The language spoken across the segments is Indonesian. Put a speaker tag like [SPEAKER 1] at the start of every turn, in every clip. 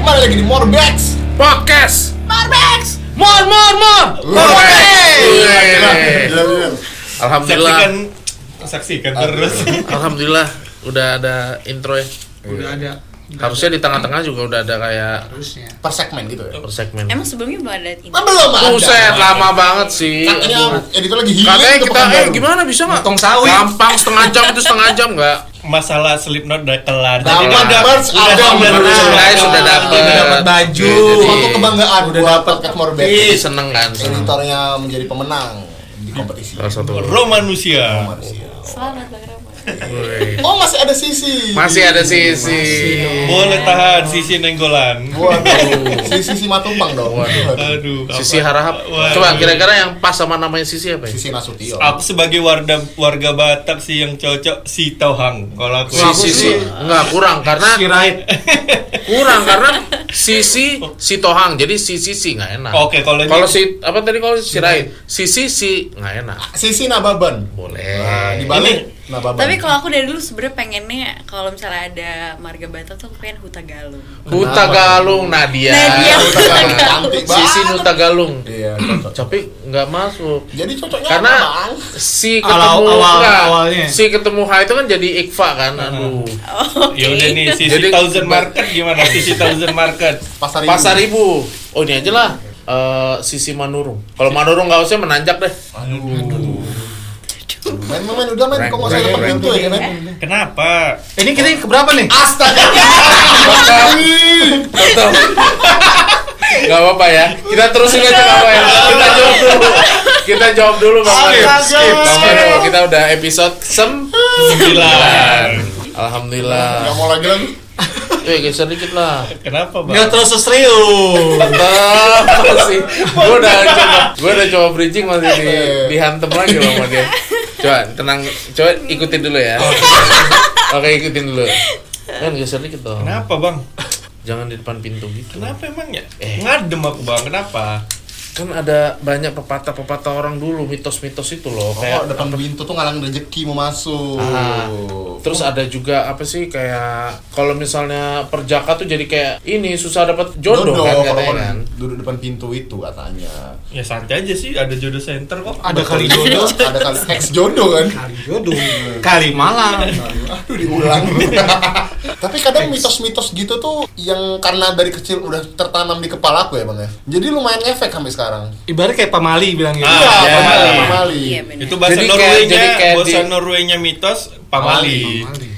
[SPEAKER 1] kembali lagi di Morbex
[SPEAKER 2] Podcast
[SPEAKER 1] Morbex
[SPEAKER 2] Mor mor mor Podcast Alhamdulillah
[SPEAKER 3] saksikan saksikan terus
[SPEAKER 2] Alhamdulillah udah ada intro ya
[SPEAKER 4] udah ada udah
[SPEAKER 2] Harusnya di tengah-tengah juga udah ada kayak
[SPEAKER 4] ada. harusnya
[SPEAKER 1] per segmen gitu ya
[SPEAKER 2] per segmen
[SPEAKER 5] Emang sebelumnya belum ada ini.
[SPEAKER 1] Nah, belum ada
[SPEAKER 2] Buset lama banget sih
[SPEAKER 1] Ini editor lagi healing
[SPEAKER 2] Katanya
[SPEAKER 1] tuh
[SPEAKER 2] kita eh
[SPEAKER 1] Pekanbaru.
[SPEAKER 2] gimana bisa nggak?
[SPEAKER 4] Potong sawit.
[SPEAKER 2] Gampang setengah jam itu setengah jam nggak?
[SPEAKER 3] masalah Slipknot udah kelar
[SPEAKER 1] Dapat
[SPEAKER 3] udah
[SPEAKER 1] merch, ada
[SPEAKER 3] udah
[SPEAKER 1] merch.
[SPEAKER 3] udah-
[SPEAKER 2] Guys sudah
[SPEAKER 3] udah-
[SPEAKER 2] dapet
[SPEAKER 4] udah dapet baju.
[SPEAKER 2] Iya, jadi-
[SPEAKER 1] Suatu kebanggaan udah dapat kat Morbex
[SPEAKER 2] Jadi seneng kan? seneng.
[SPEAKER 1] Editornya menjadi pemenang di kompetisi
[SPEAKER 2] Salah satu.
[SPEAKER 3] Ro manusia
[SPEAKER 1] Manusia.
[SPEAKER 5] Selamat Bang Rama.
[SPEAKER 2] Woi.
[SPEAKER 1] Oh masih ada sisi
[SPEAKER 2] Masih ada sisi.
[SPEAKER 3] boleh tahan sisi nenggolan
[SPEAKER 1] Waduh Sisi si Matumpang dong Waduh.
[SPEAKER 3] aduh apa-
[SPEAKER 2] Sisi harahap.
[SPEAKER 3] Waduh.
[SPEAKER 2] Coba kira-kira yang pas sama namanya sisi apa ya?
[SPEAKER 1] Sisi Nasution
[SPEAKER 3] aku sebagai warga warga Batak sih yang cocok si Tauhang kalau aku Nah.
[SPEAKER 2] Sisi sih enggak kurang karena
[SPEAKER 4] Sirait
[SPEAKER 2] kurang karena sisi si tohang jadi sisi si nggak enak
[SPEAKER 3] oke kalau ini Hmm.
[SPEAKER 2] kalau si apa tadi kalau si Rai sisi si nggak enak
[SPEAKER 1] Sisi Nababan
[SPEAKER 2] boleh
[SPEAKER 1] Nah, di balik Nababan
[SPEAKER 5] Tapi kalau aku dari dulu sebenarnya pengennya kalau misalnya ada marga Batak tuh aku pengen Huta Galung.
[SPEAKER 2] Huta Galung Nadia,
[SPEAKER 5] Nadia.
[SPEAKER 1] Huta Galung, cantik
[SPEAKER 2] sisi
[SPEAKER 1] banget.
[SPEAKER 2] Huta Galung
[SPEAKER 1] Iya cocok
[SPEAKER 2] tapi nggak masuk
[SPEAKER 1] Jadi cocoknya
[SPEAKER 2] karena
[SPEAKER 1] apa, Bang?
[SPEAKER 2] si ketemu
[SPEAKER 4] Awal- awal-
[SPEAKER 2] nggak,
[SPEAKER 4] awalnya.
[SPEAKER 2] si ketemu H itu kan jadi Ikfa kan
[SPEAKER 3] Hmm.
[SPEAKER 2] aduh
[SPEAKER 5] Oh,
[SPEAKER 3] ya udah nih sisi
[SPEAKER 2] Jadi-
[SPEAKER 3] Thousand Market gimana sisi Thousand Market
[SPEAKER 1] Pasar Ibu.
[SPEAKER 2] pasar ibu oh ini aja lah eh, sisi Manurung kalau Manurung nggak usah menanjak deh
[SPEAKER 1] Aduh. Main main udah main kok masih ada
[SPEAKER 2] Rank,
[SPEAKER 1] depan
[SPEAKER 2] rank,
[SPEAKER 1] pintu ya main.
[SPEAKER 3] kenapa
[SPEAKER 4] ini kita keberapa nih
[SPEAKER 1] Astaga.
[SPEAKER 2] Tutup. Gak apa-apa ya. Kita terusin aja gak apa ya. Kita jawab dulu. Kita jawab dulu Bang Mario.
[SPEAKER 1] Skip,
[SPEAKER 2] Bang Mario, kita udah episode sem.
[SPEAKER 3] sembilan
[SPEAKER 1] Gak
[SPEAKER 2] Alhamdulillah.
[SPEAKER 1] mau lagi lagi.
[SPEAKER 2] Eh geser dikit lah.
[SPEAKER 3] kenapa
[SPEAKER 4] nggak
[SPEAKER 3] bang
[SPEAKER 4] terus serius
[SPEAKER 2] Tetep sih. Gue udah coba, gue udah coba bridging masih di dihantem lagi loh sama dia. Coba tenang, coba ikutin dulu ya. Oke ikutin dulu. Kan geser dikit dong.
[SPEAKER 3] kenapa bang
[SPEAKER 2] Jangan di depan pintu gitu.
[SPEAKER 3] kenapa emangnya
[SPEAKER 2] Eh.
[SPEAKER 3] ngadem aku bang kenapa
[SPEAKER 2] kan ada banyak pepatah-pepatah orang dulu mitos-mitos itu loh
[SPEAKER 1] Oh,
[SPEAKER 2] kayak
[SPEAKER 1] depan pintu tuh ngalang rezeki mau masuk.
[SPEAKER 2] Ah. terus ada juga apa sih kayak kalau misalnya perjaka tuh jadi kayak ini susah dapat jodoh, kan
[SPEAKER 1] kalau
[SPEAKER 2] katanya
[SPEAKER 1] orang
[SPEAKER 2] kan
[SPEAKER 1] duduk depan pintu itu katanya.
[SPEAKER 3] ya santai aja sih ada jodoh center kok
[SPEAKER 4] ada kali
[SPEAKER 1] jodoh,
[SPEAKER 4] jodoh
[SPEAKER 1] ada kali ex jodoh kan.
[SPEAKER 4] kali jodoh kali malam
[SPEAKER 1] Aduh diulang. Tapi kadang mitos-mitos gitu tuh yang karena dari kecil udah tertanam di kepala aku ya bang ya. Jadi lumayan efek sampai sekarang.
[SPEAKER 4] ibarat kayak pamali bilangnya
[SPEAKER 3] Ah,
[SPEAKER 1] Iya,
[SPEAKER 3] iya.
[SPEAKER 1] pamali, pamali.
[SPEAKER 5] Iya benar.
[SPEAKER 3] itu bahasa
[SPEAKER 2] Jadi kayak-
[SPEAKER 3] Norwegnya
[SPEAKER 2] jadi kayak
[SPEAKER 3] bahasa
[SPEAKER 2] di-
[SPEAKER 3] Norwegnya mitos pamali
[SPEAKER 4] Pamali.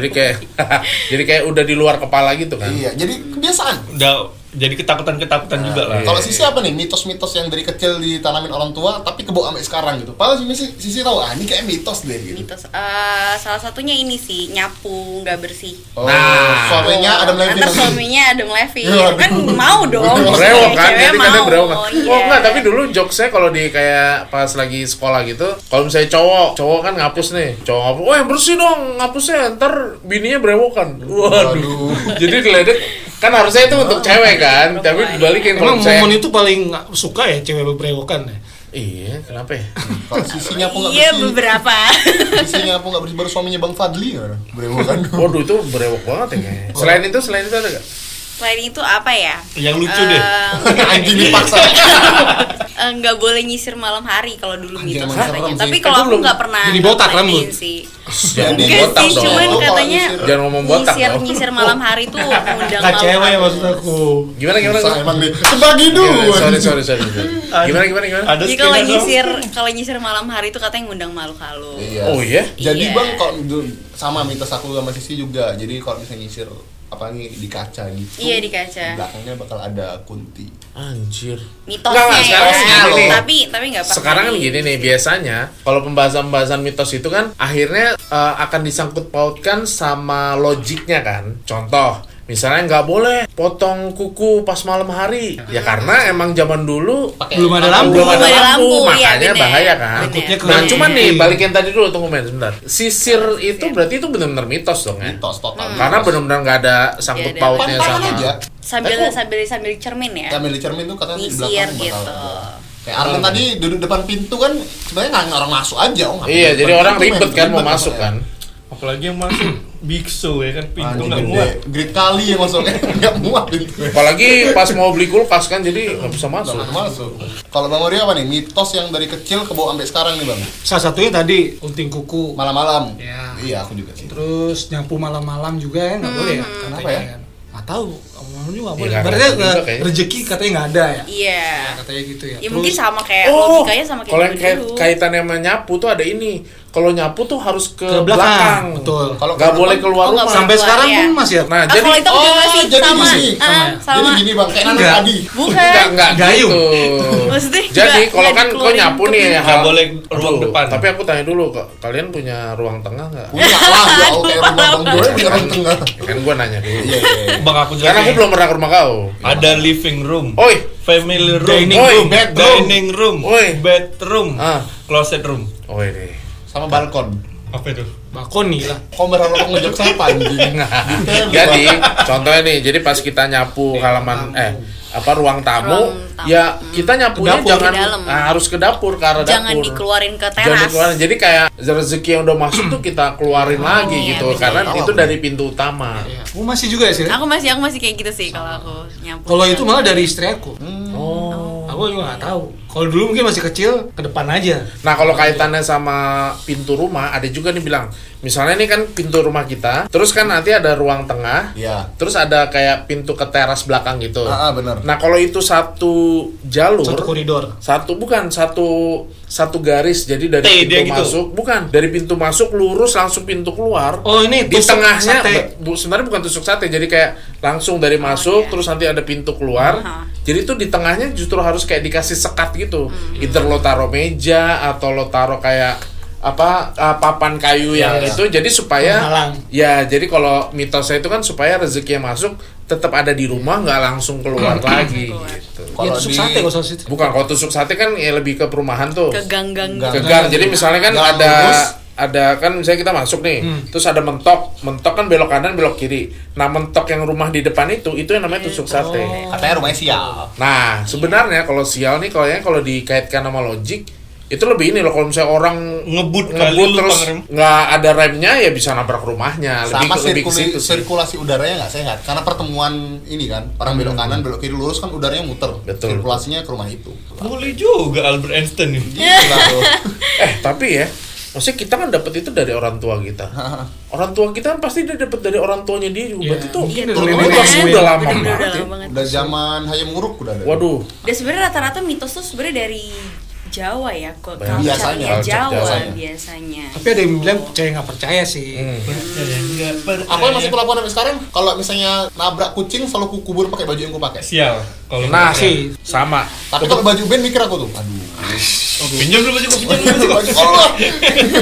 [SPEAKER 2] jadi kayak jadi kayak udah di luar kepala gitu kan
[SPEAKER 1] Iya, jadi kebiasaan.
[SPEAKER 3] udah jadi ketakutan ketakutan
[SPEAKER 2] Ah,
[SPEAKER 3] juga lah
[SPEAKER 1] Nah,
[SPEAKER 2] iya.
[SPEAKER 1] Kalau sisi apa nih mitos-mitos yang dari kecil ditanamin orang tua tapi kebawa sampai sekarang gitu. Padahal sini sih sisi tahu ah ini kayak mitos deh gitu.
[SPEAKER 5] Mitos eh, salah satunya ini sih nyapu nggak bersih.
[SPEAKER 1] Oh,
[SPEAKER 2] Nah.
[SPEAKER 1] suaminya ada Levin.
[SPEAKER 5] Antar suaminya Adam Levy.
[SPEAKER 1] Iya,
[SPEAKER 5] kan
[SPEAKER 1] aduh.
[SPEAKER 5] mau dong.
[SPEAKER 2] Brewok kan,
[SPEAKER 5] Cewek
[SPEAKER 2] jadi kadang
[SPEAKER 5] mau.
[SPEAKER 2] brewok kan.
[SPEAKER 5] Iya.
[SPEAKER 2] Oh enggak, tapi dulu jokesnya kalau di kayak pas lagi sekolah gitu, kalau misalnya cowok, cowok kan ngapus nih, cowok ngapus, wah bersih dong ngapusnya, ntar bininya brewokan. Waduh.
[SPEAKER 1] Waduh.
[SPEAKER 2] jadi diledek, kan harusnya itu untuk cewek kan, tapi dibalikin kalau
[SPEAKER 4] emang
[SPEAKER 2] misalnya.
[SPEAKER 4] momen itu paling nggak suka ya cewek berewokan ya
[SPEAKER 2] Iya, kenapa ya?
[SPEAKER 1] Kalau sisinya aku nggak
[SPEAKER 5] Iya
[SPEAKER 1] bersih.
[SPEAKER 5] beberapa.
[SPEAKER 1] Sisinya aku nggak bersih baru suaminya Bang Fadli ya. Berewokan.
[SPEAKER 2] Waduh itu berewok banget ya kayaknya. Selain itu, selain itu ada gak?
[SPEAKER 5] Selain itu apa ya?
[SPEAKER 3] yang lucu deh
[SPEAKER 5] Eh,
[SPEAKER 1] Anjing dipaksa.
[SPEAKER 5] Eh, nggak boleh nyisir malam hari kalau dulu
[SPEAKER 1] Anjir,
[SPEAKER 5] gitu
[SPEAKER 1] emang serem
[SPEAKER 5] katanya.
[SPEAKER 1] sih.
[SPEAKER 5] Tapi
[SPEAKER 2] Itu
[SPEAKER 5] kalau aku
[SPEAKER 2] belum
[SPEAKER 5] nggak pernah
[SPEAKER 4] jadi botak
[SPEAKER 5] ngelakuin
[SPEAKER 4] rambut.
[SPEAKER 5] sih.
[SPEAKER 1] Jadi
[SPEAKER 2] Jangan
[SPEAKER 5] Enggak
[SPEAKER 2] botak
[SPEAKER 5] sih,
[SPEAKER 2] dong.
[SPEAKER 5] cuman
[SPEAKER 1] Kalau
[SPEAKER 5] katanya
[SPEAKER 1] nyisir-
[SPEAKER 2] Jangan ngomong botak
[SPEAKER 5] nyisir
[SPEAKER 2] dong.
[SPEAKER 5] nyisir malam hari tuh ngundang
[SPEAKER 4] nggak
[SPEAKER 5] malam
[SPEAKER 4] cewek
[SPEAKER 5] hari.
[SPEAKER 4] maksud aku
[SPEAKER 2] Gimana gimana?
[SPEAKER 1] Susah
[SPEAKER 2] gimana?
[SPEAKER 1] emang nih. gitu. Bagi dulu.
[SPEAKER 2] Gimana? Iya, Sorry sorry sorry. sorry. Gimana gimana gimana?
[SPEAKER 3] ada
[SPEAKER 5] Jadi kalau
[SPEAKER 3] skena dong.
[SPEAKER 5] nyisir kalau nyisir malam hari itu katanya ngundang makhluk halus.
[SPEAKER 1] Iya.
[SPEAKER 2] Oh iya?
[SPEAKER 1] Jadi
[SPEAKER 5] Iya.
[SPEAKER 1] Bang kalau du- sama mitos aku sama sisi juga. Jadi kalau misalnya nyisir apalagi di kaca gitu.
[SPEAKER 5] Iya, di kaca.
[SPEAKER 1] Belakangnya bakal ada kunti.
[SPEAKER 2] Anjir.
[SPEAKER 5] Mitosnya
[SPEAKER 2] Nggak, nggak, sekarang
[SPEAKER 5] ya.
[SPEAKER 2] sekarang
[SPEAKER 1] nih.
[SPEAKER 5] Tapi tapi nggak apa-apa.
[SPEAKER 2] Sekarang kan gini nih biasanya kalau pembahasan-pembahasan mitos itu kan akhirnya eh, akan disangkut pautkan sama logiknya kan. Contoh misalnya nggak boleh potong kuku pas malam hari ya karena emang zaman dulu
[SPEAKER 4] belum ada lampu
[SPEAKER 2] belum ada
[SPEAKER 5] ada
[SPEAKER 2] lampu,
[SPEAKER 5] lampu, iya,
[SPEAKER 2] makanya
[SPEAKER 5] bener.
[SPEAKER 2] bahaya kan.
[SPEAKER 5] Takutnya
[SPEAKER 2] Nah
[SPEAKER 4] keluar.
[SPEAKER 2] cuman nih balikin tadi dulu tunggu men sebentar. Sisir itu berarti itu benar-benar mitos dong ya.
[SPEAKER 1] Mitos total.
[SPEAKER 2] Karena benar-benar nggak ada sangkut
[SPEAKER 5] Nggak Iya, ada.
[SPEAKER 2] pautnya
[SPEAKER 1] pantangan
[SPEAKER 2] sama.
[SPEAKER 1] aja. Eh,
[SPEAKER 5] sambil
[SPEAKER 1] kok-
[SPEAKER 5] sambil sambil cermin ya.
[SPEAKER 1] Kamera di cermin tuh katanya di
[SPEAKER 5] Nyisir
[SPEAKER 1] belakang
[SPEAKER 5] gitu.
[SPEAKER 1] bakal- Kayak Arlen
[SPEAKER 2] Hmm.
[SPEAKER 1] tadi duduk depan pintu kan sebenarnya nggak orang masuk aja. Oh, ngapain
[SPEAKER 2] Iya
[SPEAKER 1] depan
[SPEAKER 2] jadi orang
[SPEAKER 1] pintu,
[SPEAKER 2] ribet
[SPEAKER 1] men?
[SPEAKER 2] kan mau
[SPEAKER 1] Ribet,
[SPEAKER 2] masuk
[SPEAKER 1] makanya.
[SPEAKER 2] kan.
[SPEAKER 3] apalagi yang masuk biksu ya kan pintu
[SPEAKER 1] Anjing
[SPEAKER 3] nggak
[SPEAKER 1] gede.
[SPEAKER 3] muat
[SPEAKER 1] Gede kali ya masuknya. Nggak muat pintu.
[SPEAKER 2] Apalagi pas mau beli kulkas kan jadi nggak bisa masuk.
[SPEAKER 1] Nggak masuk. Kalau Bang Ori apa nih? Mitos yang dari kecil ke bawah sampai sekarang nih Bang.
[SPEAKER 4] Salah satunya tadi unting kuku,
[SPEAKER 1] Malam-malam.
[SPEAKER 4] Iya.
[SPEAKER 1] Iya, aku juga sih.
[SPEAKER 4] terus nyapu malam-malam juga ya nggak boleh
[SPEAKER 5] Hmm,
[SPEAKER 4] ya?
[SPEAKER 1] Kenapa ya?
[SPEAKER 4] Nggak tahu, malam juga nggak
[SPEAKER 2] Ya,
[SPEAKER 4] boleh.
[SPEAKER 2] nggak
[SPEAKER 4] Berarti
[SPEAKER 2] ngerti juga
[SPEAKER 4] nggak-
[SPEAKER 2] kayaknya.
[SPEAKER 4] rezeki katanya nggak ada ya?
[SPEAKER 5] Iya.
[SPEAKER 4] Katanya gitu ya.
[SPEAKER 5] Ya
[SPEAKER 4] Terus-
[SPEAKER 5] mungkin sama kayak
[SPEAKER 2] Oh,
[SPEAKER 5] logikanya sama kayak gitu.
[SPEAKER 2] kalau yang
[SPEAKER 5] dulu
[SPEAKER 2] kait-
[SPEAKER 5] dulu.
[SPEAKER 2] kaitannya sama nyapu tuh ada ini. Kalau nyapu tuh harus ke,
[SPEAKER 4] Ke belakang,
[SPEAKER 2] belakang.
[SPEAKER 4] betul.
[SPEAKER 2] Kalau
[SPEAKER 1] Kalau
[SPEAKER 2] nggak
[SPEAKER 1] ke
[SPEAKER 2] boleh
[SPEAKER 1] depan-
[SPEAKER 2] keluar
[SPEAKER 5] Oh, nggak
[SPEAKER 2] rumah.
[SPEAKER 5] boleh.
[SPEAKER 4] sampai
[SPEAKER 5] keluar
[SPEAKER 4] sekarang
[SPEAKER 5] ya.
[SPEAKER 4] pun masih ya.
[SPEAKER 2] Nah,
[SPEAKER 5] Ah,
[SPEAKER 2] jadi
[SPEAKER 5] kalau itu juga
[SPEAKER 1] Oh,
[SPEAKER 5] masih
[SPEAKER 1] jadi
[SPEAKER 5] sama.
[SPEAKER 1] gini.
[SPEAKER 5] Ah,
[SPEAKER 1] Jadi
[SPEAKER 5] sama.
[SPEAKER 1] gini Bang, kayak anak
[SPEAKER 4] Enggak.
[SPEAKER 1] tadi.
[SPEAKER 5] Bukan.
[SPEAKER 2] enggak
[SPEAKER 4] Gayung.
[SPEAKER 2] gitu.
[SPEAKER 5] Maksudnya
[SPEAKER 2] Jadi
[SPEAKER 5] nggak-
[SPEAKER 2] kalau
[SPEAKER 5] nggak
[SPEAKER 2] kan kau
[SPEAKER 5] dikeluarin
[SPEAKER 2] nyapu
[SPEAKER 5] ke
[SPEAKER 2] nih
[SPEAKER 5] pintu.
[SPEAKER 2] ya.
[SPEAKER 3] Nggak boleh ruang depan.
[SPEAKER 2] Tapi aku tanya dulu kok, kalian punya ruang tengah nggak?
[SPEAKER 1] Punya lah ya, oke rumah Bang Doi di orang tengah.
[SPEAKER 2] Ya kan gua nanya dulu.
[SPEAKER 1] Iya, iya, iya.
[SPEAKER 3] bang aku
[SPEAKER 2] Ah. Karena aku
[SPEAKER 3] jelasin
[SPEAKER 2] belum pernah ke rumah kau.
[SPEAKER 3] ada living room
[SPEAKER 2] Oi,
[SPEAKER 3] family room
[SPEAKER 4] Dining
[SPEAKER 2] Oi.
[SPEAKER 4] room.
[SPEAKER 2] bedroom.
[SPEAKER 3] dining room
[SPEAKER 2] Oi.
[SPEAKER 3] bedroom
[SPEAKER 2] Ah.
[SPEAKER 3] closet room
[SPEAKER 2] oi deh.
[SPEAKER 1] Sama balkon.
[SPEAKER 3] apa itu
[SPEAKER 4] Balkoni lah.
[SPEAKER 1] Kok merah lo ngejok sampah anjing. Detail,
[SPEAKER 2] Jadi
[SPEAKER 1] Bang.
[SPEAKER 2] contohnya nih, jadi pas kita nyapu halaman eh apa ruang tamu,
[SPEAKER 5] Ruang tamu.
[SPEAKER 2] ya kita nyapunya
[SPEAKER 4] Ke dapur.
[SPEAKER 2] jangan
[SPEAKER 5] Ke dalam.
[SPEAKER 2] ah, harus ke dapur ke arah
[SPEAKER 5] Jangan
[SPEAKER 2] dapur.
[SPEAKER 5] dikeluarin ke
[SPEAKER 2] Jangan
[SPEAKER 5] teras.
[SPEAKER 2] dikeluarin. Jadi kayak rezeki yang udah masuk tuh kita keluarin lagi
[SPEAKER 5] iya,
[SPEAKER 2] gitu,
[SPEAKER 5] betul.
[SPEAKER 2] karena
[SPEAKER 1] Tahu
[SPEAKER 2] itu
[SPEAKER 1] aku.
[SPEAKER 2] dari pintu utama.
[SPEAKER 4] Ya. Kamu masih juga ya, sih?
[SPEAKER 5] Iya. Aku masih aku masih kayak gitu sih kalau aku nyampur.
[SPEAKER 4] Kalau itu malah dari istri aku.
[SPEAKER 2] Oh.
[SPEAKER 4] Aku juga nggak tahu. Kalau dulu mungkin masih kecil, ke depan aja.
[SPEAKER 2] Nah kalau kaitannya sama pintu rumah, ada juga nih bilang, misalnya ini kan pintu rumah kita, terus kan nanti ada ruang tengah,
[SPEAKER 1] Iya.
[SPEAKER 2] terus ada kayak pintu ke teras belakang gitu.
[SPEAKER 1] Ah, ah, benar.
[SPEAKER 2] Nah kalau itu satu jalur,
[SPEAKER 4] Satu koridor.
[SPEAKER 2] satu bukan satu satu garis, jadi dari
[SPEAKER 3] T, dia
[SPEAKER 2] pintu
[SPEAKER 3] gitu.
[SPEAKER 2] masuk, bukan dari pintu masuk lurus langsung pintu keluar.
[SPEAKER 4] Oh
[SPEAKER 2] di
[SPEAKER 4] ini tusuk
[SPEAKER 2] tengahnya
[SPEAKER 4] sate.
[SPEAKER 2] bu, sebenarnya bukan tusuk sate jadi kayak langsung dari masuk
[SPEAKER 5] iya.
[SPEAKER 2] terus nanti ada pintu keluar
[SPEAKER 5] Aha.
[SPEAKER 2] jadi itu di tengahnya justru harus kayak dikasih sekat gitu
[SPEAKER 5] Hmm.
[SPEAKER 2] either lo taruh meja atau lo taruh kayak apa uh, papan kayu yang
[SPEAKER 1] Iya, iya.
[SPEAKER 2] itu jadi supaya
[SPEAKER 4] Penghalang.
[SPEAKER 2] ya jadi kalau mitosnya itu kan supaya rezeki yang masuk tetap ada di rumah nggak langsung keluar lagi
[SPEAKER 5] Hmm. keluar.
[SPEAKER 2] gitu
[SPEAKER 4] Ya,
[SPEAKER 1] Kalau
[SPEAKER 4] tusuk
[SPEAKER 1] di
[SPEAKER 4] sate kalau salah situ.
[SPEAKER 2] bukan kalau tusuk sate kan ya lebih ke perumahan tuh
[SPEAKER 5] ke gang-gang gitu.
[SPEAKER 1] Gang.
[SPEAKER 2] ke gang. Jadi misalnya kan
[SPEAKER 1] Gang
[SPEAKER 2] ada
[SPEAKER 1] lurus.
[SPEAKER 2] ada kan misalnya kita masuk nih, terus ada mentok, mentok kan belok kanan, belok kiri. Nah mentok yang rumah di depan itu, itu yang namanya tusuk sate.
[SPEAKER 1] katanya rumahnya sial.
[SPEAKER 2] Nah sebenarnya kalau sial nih, kalau ya, kalau dikaitkan sama logik, itu lebih ini loh kalau misalnya orang
[SPEAKER 3] ngebut kali
[SPEAKER 2] ngebut
[SPEAKER 3] lu
[SPEAKER 2] terus
[SPEAKER 3] pangeran
[SPEAKER 2] nggak ada remnya ya bisa nabrak rumahnya. Lebih
[SPEAKER 1] Sama
[SPEAKER 2] ke- lebih ke
[SPEAKER 1] sirkuli-
[SPEAKER 2] situ sih.
[SPEAKER 1] sirkulasi udaranya nggak sehat karena pertemuan ini kan orang belok kanan belok kiri lurus kan udaranya muter
[SPEAKER 2] Hmm. Betul.
[SPEAKER 1] sirkulasinya ke rumah itu
[SPEAKER 3] boleh juga Albert Einstein ini
[SPEAKER 1] Gila, bro.
[SPEAKER 2] Eh tapi ya, maksudnya kita kan dapat itu dari orang tua kita. Orang tua kita kan pasti dia dapat dari orang tuanya dia juga.
[SPEAKER 4] Iya.
[SPEAKER 2] Berarti tuh
[SPEAKER 4] Iya,
[SPEAKER 2] turun
[SPEAKER 4] dulu
[SPEAKER 2] udah
[SPEAKER 4] kan.
[SPEAKER 2] udah lama
[SPEAKER 5] Udah, udah
[SPEAKER 2] banget. ya.
[SPEAKER 5] lama banget.
[SPEAKER 1] udah zaman hayam nguruk udah ada.
[SPEAKER 2] Waduh,
[SPEAKER 5] Dan sebenarnya rata-rata mitos tuh sebenarnya dari Jawa ya, kok
[SPEAKER 2] Banyak.
[SPEAKER 1] Biasanya.
[SPEAKER 5] culture-nya Jawa
[SPEAKER 2] Biasanya.
[SPEAKER 5] biasanya.
[SPEAKER 4] Tapi ada yang bilang percaya nggak percaya sih.
[SPEAKER 1] aku yang masih pelabuhan sampai sekarang kalau misalnya nabrak kucing selalu ku kubur pakai baju yang ku pakai
[SPEAKER 3] sial kalau
[SPEAKER 2] Nah,
[SPEAKER 3] nggak-
[SPEAKER 4] sih.
[SPEAKER 2] sama.
[SPEAKER 1] tapi kalau baju band mikir aku tuh aduh
[SPEAKER 3] pinjam dulu baju pinjam dulu baju.
[SPEAKER 1] baju Allah.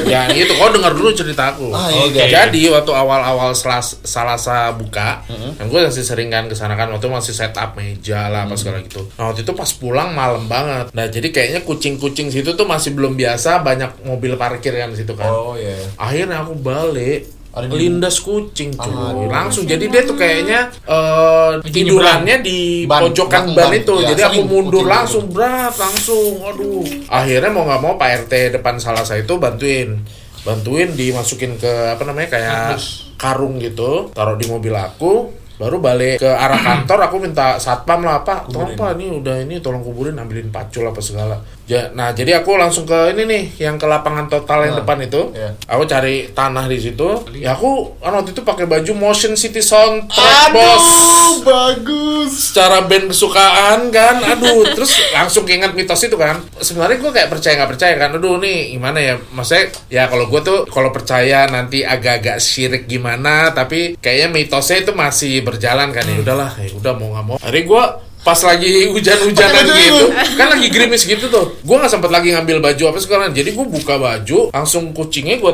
[SPEAKER 2] Ya itu kau dengar dulu cerita aku. Ya,
[SPEAKER 1] Ah, iya,
[SPEAKER 3] Oke.
[SPEAKER 1] iya.
[SPEAKER 2] Oh, Jadi waktu awal-awal selas, Selasa buka, kan gue masih sering kan kesana kan waktu masih setup meja lah apa segala gitu. Nah waktu itu pas pulang malam banget. Nah jadi kayaknya kucing-kucing situ tuh masih belum biasa banyak mobil parkir kan situ kan.
[SPEAKER 1] oh iya
[SPEAKER 2] Akhirnya aku balik
[SPEAKER 1] Ada di-
[SPEAKER 2] lindas kucing cuy
[SPEAKER 1] Aduh.
[SPEAKER 2] langsung jadi dia tuh kayaknya eh, tidurannya di
[SPEAKER 1] Ban, belakang
[SPEAKER 2] pojokan ban
[SPEAKER 1] ban.
[SPEAKER 2] itu
[SPEAKER 1] Ya,
[SPEAKER 2] jadi aku
[SPEAKER 1] sering
[SPEAKER 2] mundur
[SPEAKER 1] kucing
[SPEAKER 2] langsung berat langsung aduh akhirnya mau nggak mau pak rt depan salah saya itu bantuin bantuin dimasukin ke apa namanya kayak karung gitu taruh di mobil aku baru balik ke arah kantor aku minta satpam lah pak tolong pak ini udah ini tolong kuburin ambilin pacul apa segala Ja- nah jadi aku langsung ke ini nih yang ke lapangan total yang
[SPEAKER 1] Nah,
[SPEAKER 2] depan itu
[SPEAKER 1] iya.
[SPEAKER 2] aku cari tanah di situ ya aku kan waktu itu pakai baju motion city soundtrack bos
[SPEAKER 1] aduh bagus
[SPEAKER 2] secara band kesukaan kan aduh terus langsung keinget mitos itu kan sebenarnya gue kayak percaya nggak percaya kan aduh nih gimana ya maksudnya ya kalau gue tuh kalau percaya nanti agak-agak syirik gimana tapi kayaknya mitosnya itu masih berjalan kan ya udahlah ya udah mau nggak mau hari gue pas lagi hujan-hujanan
[SPEAKER 1] Pakai baju
[SPEAKER 2] gitu
[SPEAKER 1] itu.
[SPEAKER 2] kan lagi gerimis gitu tuh gue nggak sempet lagi ngambil baju apa sekarang jadi gue buka baju langsung kucingnya gue